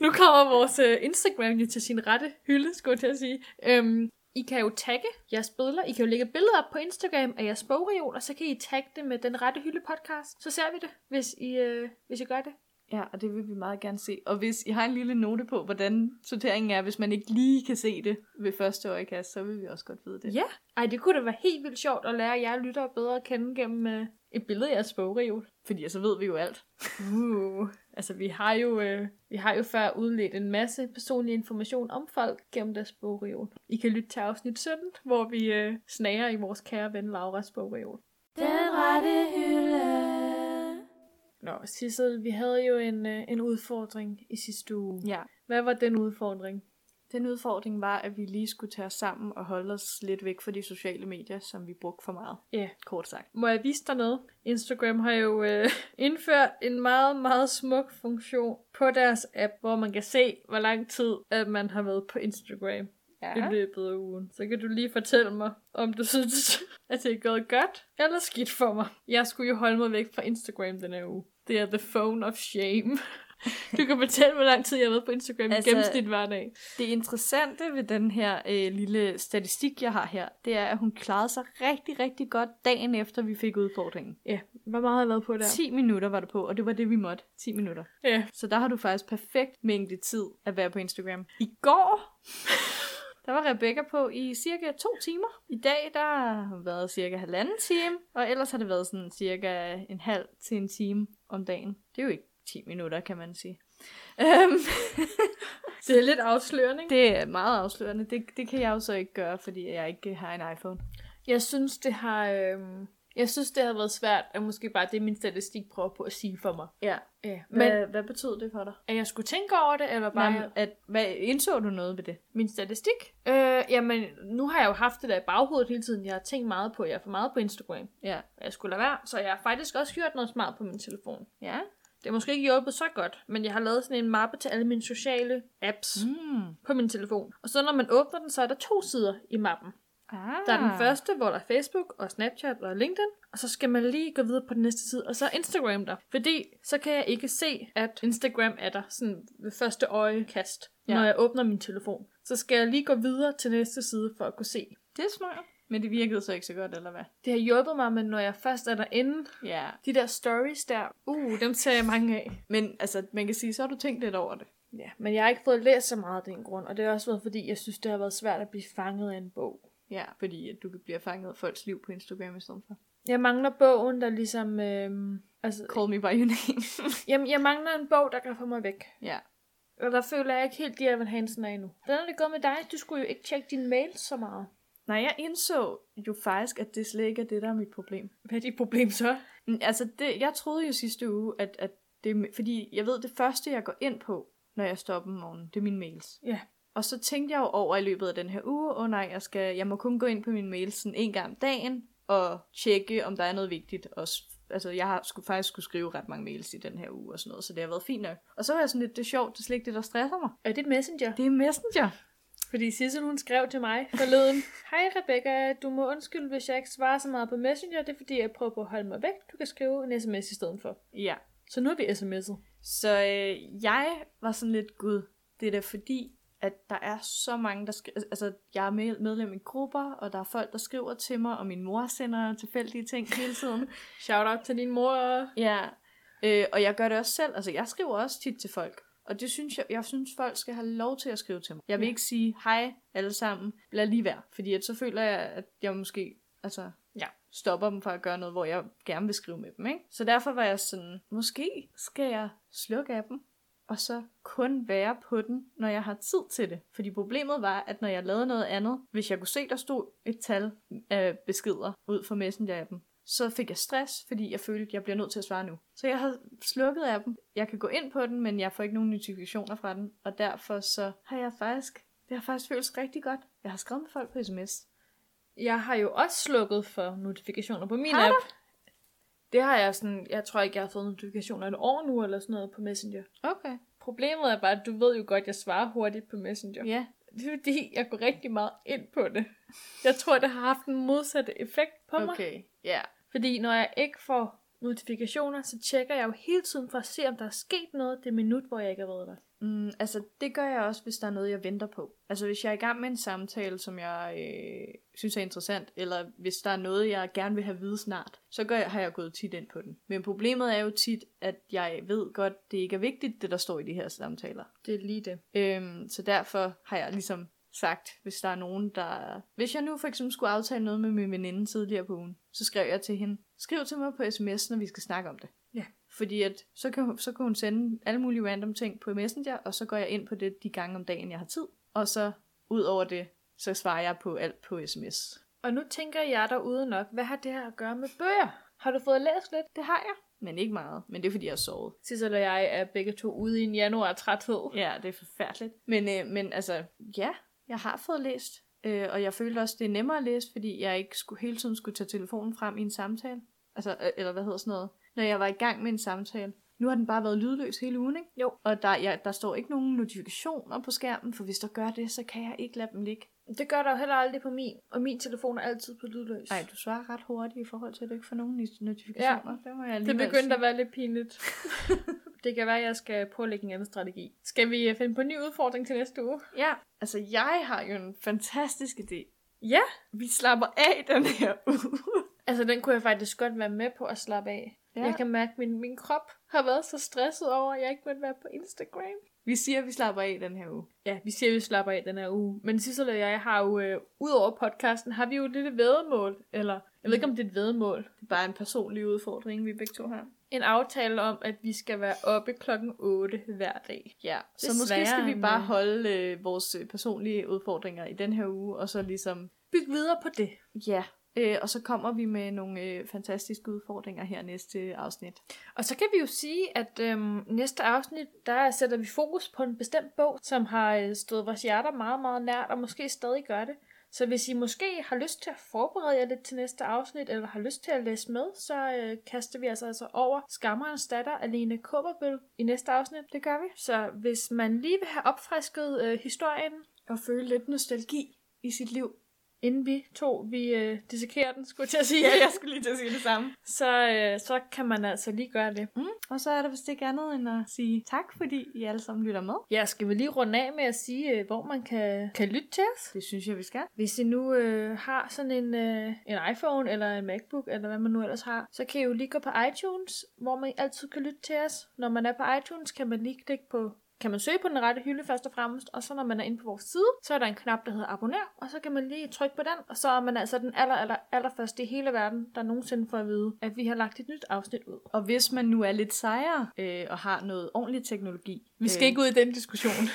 S2: nu kommer vores øh, Instagram jo til sin rette hylde, skulle jeg til at sige. Øhm, I kan jo tagge jeres billeder. I kan jo lægge billeder op på Instagram af jeres bogreol, og så kan I tagge det med den rette hylde podcast. Så ser vi det, hvis I, øh, hvis I gør det.
S1: Ja, og det vil vi meget gerne se. Og hvis I har en lille note på, hvordan sorteringen er, hvis man ikke lige kan se det ved første øjekast, så vil vi også godt vide det.
S2: Ja. Ej, det kunne da være helt vildt sjovt at lære jer lyttere bedre at kende gennem øh, et billede af jeres bogreol.
S1: Fordi så ved vi jo alt.
S2: Uh. Altså, vi har, jo, øh, vi har jo før udledt en masse personlig information om folk gennem deres bogreol. I kan lytte til afsnit 17, hvor vi øh, snager i vores kære ven Lauras bogreol.
S3: Den rette hylde.
S2: Nå, Sissel, vi havde jo en, øh, en udfordring i sidste uge.
S1: Ja.
S2: Hvad var den udfordring?
S1: Den udfordring var, at vi lige skulle tage os sammen og holde os lidt væk fra de sociale medier, som vi brugte for meget.
S2: Ja, yeah.
S1: Kort sagt.
S2: Må jeg vise dig noget? Instagram har jo øh, indført en meget, meget smuk funktion på deres app, hvor man kan se, hvor lang tid at man har været på Instagram
S1: Ja.
S2: i løbet af ugen. Så kan du lige fortælle mig, om du synes, at det er gået godt eller skidt for mig. Jeg skulle jo holde mig væk fra Instagram den her uge. Det er the phone of shame. Du kan fortælle, hvor lang tid jeg har været på Instagram altså... i
S1: Altså-
S2: gennemsnit hver dag.
S1: Det interessante ved den her øh, lille statistik, jeg har her, det er, at hun klarede sig rigtig, rigtig godt dagen efter, vi fik udfordringen.
S2: Ja, hvor meget har jeg været på der?
S1: 10 minutter var det på, og det var det, vi måtte. 10 minutter.
S2: Ja.
S1: Så der har du faktisk perfekt mængde tid at være på Instagram. I går, Der var Rebecca på i cirka to timer. I dag der har hun været cirka halvanden time, og ellers har det været sådan cirka en halv til en time om dagen. Det er jo ikke 10 minutter, kan man sige. Øhm,
S2: Det er lidt afslørende, ikke?
S1: det er meget afslørende. Det, det kan jeg jo så ikke gøre, fordi jeg ikke har en iPhone.
S2: Jeg synes, det har... Øhm, jeg synes, det har været svært, at måske bare det, min statistik prøver på at sige for mig.
S1: Ja,
S2: Ja,
S1: men
S2: men
S1: hvad, hvad betød det for dig?
S2: at jeg skulle tænke over det, eller bare
S1: Nej, men at, hvad, indså du noget ved det?
S2: min statistik? Øh, jamen, nu har jeg jo haft det der i baghovedet hele tiden. Jeg har tænkt meget på, jeg er for meget på Instagram.
S1: Ja.
S2: Og Jeg skulle lade være, så jeg har faktisk også gjort noget smart på min telefon.
S1: Ja?
S2: Det har måske ikke hjulpet så godt, men jeg har lavet sådan en mappe til alle mine sociale apps mm.
S1: Mm.
S2: på min telefon. Og så når man åbner den, så er der to sider i mappen.
S1: Ah.
S2: Der er den første, hvor der er Facebook og Snapchat og LinkedIn, og så skal man lige gå videre på den næste side, og så er Instagram der. Fordi så kan jeg ikke se, at Instagram er der sådan ved første øjekast,
S1: Ja.
S2: ja. når jeg åbner min telefon. Så skal jeg lige gå videre til næste side for at kunne se.
S1: Det er smart. Men det virkede så ikke så godt, eller hvad?
S2: Det har hjulpet mig, men når jeg først er derinde,
S1: Ja.
S2: de der stories der, uh, dem ser jeg mange af.
S1: Men altså, man kan sige, så har du tænkt lidt over det.
S2: Ja, men jeg har ikke fået læst så meget af den grund, og det har også været fordi, jeg synes, det har været svært at blive fanget af en bog.
S1: Ja, fordi at du bliver fanget af folks liv på Instagram i stedet for.
S2: Jeg mangler bogen, der ligesom... Øhm, altså,
S1: Call me by your name.
S2: jamen, jeg mangler en bog, der kan få mig væk.
S1: ja.
S2: Og der føler jeg ikke helt, de Evan Hansen er endnu. Hvordan er det gået med dig? Du skulle jo ikke tjekke din mail så meget.
S1: Nej, jeg indså jo faktisk, at det slet ikke er det, der er mit problem.
S2: Hvad er dit problem så?
S1: Mm, Altså, det, jeg troede jo sidste uge, at, at det, fordi jeg ved, det første, jeg går ind på, når jeg står op om morgenen, det er mine mails.
S2: Ja.
S1: Og så tænkte jeg jo over i løbet af den her uge, åh oh, nej, jeg, skal, jeg må kun gå ind på mine mails sådan en gang om dagen, og tjekke, om der er noget vigtigt. Og, s- altså, jeg har skulle, faktisk skulle skrive ret mange mails i den her uge og sådan noget, så det har været fint nok. Og så var jeg sådan lidt, det er sjovt, det er slet ikke det, der stresser mig.
S2: Er det Messenger?
S1: Det er Messenger.
S2: Fordi Sissel, hun skrev til mig forleden. Hej Rebecca, du må undskylde, hvis jeg ikke svarer så meget på Messenger. Det er fordi, jeg prøver på at holde mig væk. Du kan skrive en sms i stedet for.
S1: Ja.
S2: Så nu er vi sms'et.
S1: Så øh, jeg var sådan lidt, gud, det er da fordi, at der er så mange, der skriver, altså jeg er med- medlem i grupper, og der er folk, der skriver til mig, og min mor sender tilfældige ting hele tiden.
S2: Shout out til din mor.
S1: ja, øh, og jeg gør det også selv, altså jeg skriver også tit til folk, og det synes jeg, jeg synes folk skal have lov til at skrive til mig. Jeg vil
S2: Ja.
S1: ikke sige, hej alle sammen, lad lige være, fordi at så føler jeg, at jeg måske, altså
S2: Ja.
S1: stopper dem fra at gøre noget, hvor jeg gerne vil skrive med dem. Ikke? Så derfor var jeg sådan, måske skal jeg slukke af dem, og så kun være på den, når jeg har tid til det. Fordi problemet var, at når jeg lavede noget andet, hvis jeg kunne se, der stod et tal af beskeder ud for Messenger-appen, så fik jeg stress, fordi jeg følte, at jeg bliver nødt til at svare nu. Så jeg har slukket af dem. Jeg kan gå ind på den, men jeg får ikke nogen notifikationer fra den, og derfor så har jeg faktisk, det har faktisk føltes rigtig godt. Jeg har skrevet med folk på sms.
S2: Jeg har jo også slukket for notifikationer på min
S1: Har du?
S2: app. Det har jeg sådan, jeg tror ikke, jeg har fået notifikationer i et år nu, eller sådan noget på Messenger.
S1: Okay.
S2: Problemet er bare, at du ved jo godt, at jeg svarer hurtigt på Messenger.
S1: Ja,
S2: Det er fordi, jeg går rigtig meget ind på det. Jeg tror, det har haft en modsatte effekt på okay. mig.
S1: okay. Ja,
S2: Fordi når jeg ikke får notifikationer, så tjekker jeg jo hele tiden for at se, om der er sket noget det minut, hvor jeg ikke har været der.
S1: Mm, altså, det gør jeg også, hvis der er noget, jeg venter på. Altså, hvis jeg er i gang med en samtale, som jeg øh, synes er interessant, eller hvis der er noget, jeg gerne vil have vide snart, så gør jeg, har jeg gået tit ind på den. Men problemet er jo tit, at jeg ved godt, det ikke er vigtigt, det der står i de her samtaler.
S2: Det er lige det.
S1: Øhm, så derfor har jeg ligesom sagt, hvis der er nogen, der... Hvis jeg nu for eksempel skulle aftale noget med min veninde tidligere på ugen, så skrev jeg til hende, skriv til mig på sms, når vi skal snakke om det.
S2: Ja.
S1: Fordi at, så, kan, hun- så kan hun sende alle mulige random ting på Messenger, og så går jeg ind på det de gange om dagen, jeg har tid. Og så ud over det, så svarer jeg på alt på sms.
S2: Og nu tænker jeg derude nok, hvad har det her at gøre med bøger? Har du fået læst lidt?
S1: Det har jeg. Men ikke meget. Men det er, fordi jeg har sovet.
S2: Sissel og jeg er begge to ude i en januar træthed.
S1: Ja, det er forfærdeligt. Men, øh, men altså, ja, jeg har fået læst. Øh, og jeg følte også, det er nemmere at læse, fordi jeg ikke skulle, hele tiden skulle tage telefonen frem i en samtale. Altså, øh, eller hvad hedder sådan noget. Når jeg var i gang med en samtale. Nu har den bare været lydløs hele ugen, ikke?
S2: Jo.
S1: Og der, ja, der står ikke nogen notifikationer på skærmen, for hvis der gør det, så kan jeg ikke lade dem ligge.
S2: Det gør der jo heller aldrig på min, og min telefon er altid på lydløs.
S1: Nej, du svarer ret hurtigt i forhold til, at du ikke får nogen notifikationer. Ja, det, må jeg
S2: Det
S1: alligevel
S2: begyndte
S1: sige.
S2: at være lidt pinligt. det kan være, at jeg skal pålægge en anden strategi. Skal vi øh, finde på en ny udfordring til næste uge?
S1: Ja, altså jeg har jo en fantastisk idé.
S2: Ja.
S1: Vi slapper af den her uge.
S2: Altså, den kunne jeg faktisk godt være med på at slappe af.
S1: Ja.
S2: Ja. Jeg kan mærke, at min, min krop har været så stresset over, at jeg ikke måtte være på Instagram.
S1: Vi siger, at vi slapper af i den her uge.
S2: Ja, vi siger, at vi slapper af den her uge. Men Sissel og jeg har jo, øh, ud over podcasten, har vi jo et lille vedmål. Eller, jeg ved ikke, om det er et vedmål.
S1: Det er bare en personlig udfordring, vi begge to har.
S2: En aftale om, at vi skal være oppe klokken 8 hver dag.
S1: Ja, så
S2: Desværre
S1: måske skal vi
S2: en,
S1: bare
S2: øh,
S1: holde øh, vores øh, personlige udfordringer i den her uge, og så ligesom,
S2: Byg videre på det.
S1: ja, øh, og så kommer vi med nogle øh, fantastiske udfordringer her næste afsnit.
S2: Og så kan vi jo sige, at øhm, næste afsnit, der sætter vi fokus på en bestemt bog, som har øh, stået vores hjerter meget, meget nært, og måske stadig gør det. Så hvis I måske har lyst til at forberede jer lidt til næste afsnit, eller har lyst til at læse med, så øh, kaster vi altså, altså over Skammerens datter, Alene Kåberbøl, i næste afsnit.
S1: Det gør vi.
S2: Så hvis man lige vil have opfrisket øh, historien,
S1: Og føle lidt nostalgi i sit liv.
S2: inden vi to, vi øh, dissekerer den, skulle jeg til at sige,
S1: Ja, jeg skulle lige til at sige det samme.
S2: så, øh, så kan man altså lige gøre det.
S1: Og så er der vist ikke andet end at sige tak, fordi I alle sammen lytter med.
S2: Ja, skal vi lige runde af med at sige, øh, hvor man kan, kan lytte til os?
S1: Det synes jeg, vi skal.
S2: Hvis I nu øh, har sådan en, øh, en iPhone eller en MacBook, eller hvad man nu ellers har, så kan I jo lige gå på iTunes, hvor man altid kan lytte til os. Når man er på iTunes, kan man lige klikke på kan man søge på den rette hylde først og fremmest, og så når man er inde på vores side, så er der en knap, der hedder abonner, og så kan man lige trykke på den, og så er man altså den aller, aller, aller første i hele verden, der nogensinde får at vide, at vi har lagt et nyt afsnit ud.
S1: Og hvis man nu er lidt sejere øh, og har noget ordentlig teknologi, øh,
S2: ud i den diskussion.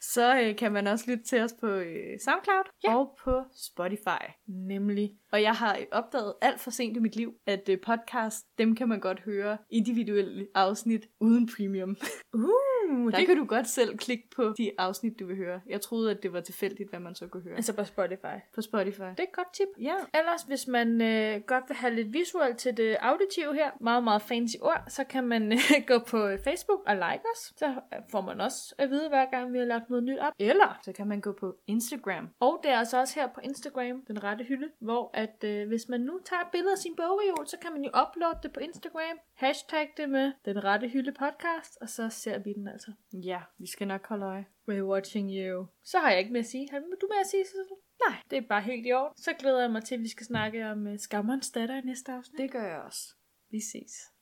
S1: så øh, kan man også lytte til os på øh, SoundCloud
S2: Ja.
S1: og på Spotify.
S2: Nemlig.
S1: Og jeg har opdaget alt for sent i mit liv, at øh, podcast, dem kan man godt høre individuelle afsnit uden premium.
S2: Uh,
S1: Der kan du godt selv klikke på de afsnit, du vil høre. Jeg troede, at det var tilfældigt, hvad man så kunne høre
S2: Altså på Spotify.
S1: på Spotify.
S2: Det er et godt tip.
S1: Ja,
S2: Ellers, hvis man øh, godt vil have lidt visuelt til det auditive her, meget, meget fancy ord, så kan man øh, gå på øh, Facebook og like os. Så øh, får man også at vide, hver gang vi har lagt noget nyt op. Eller,
S1: så kan man gå på Instagram.
S2: og det er altså også her på Instagram, den rette hylde, hvor at øh, hvis man nu tager et billede af sin bogreol, så kan man jo uploade det på Instagram, hashtag det med den rette hylde podcast, og så ser vi den altså.
S1: Ja, vi skal nok holde øje.
S2: We're watching you. Så har jeg ikke mere at sige. Har du mere at sige, Sissel? Nej. Det er bare helt i
S1: øh,
S2: orden. Så glæder jeg mig til, at vi skal snakke om uh, skammerens datter i næste afsnit.
S1: Det gør jeg også. Vi ses.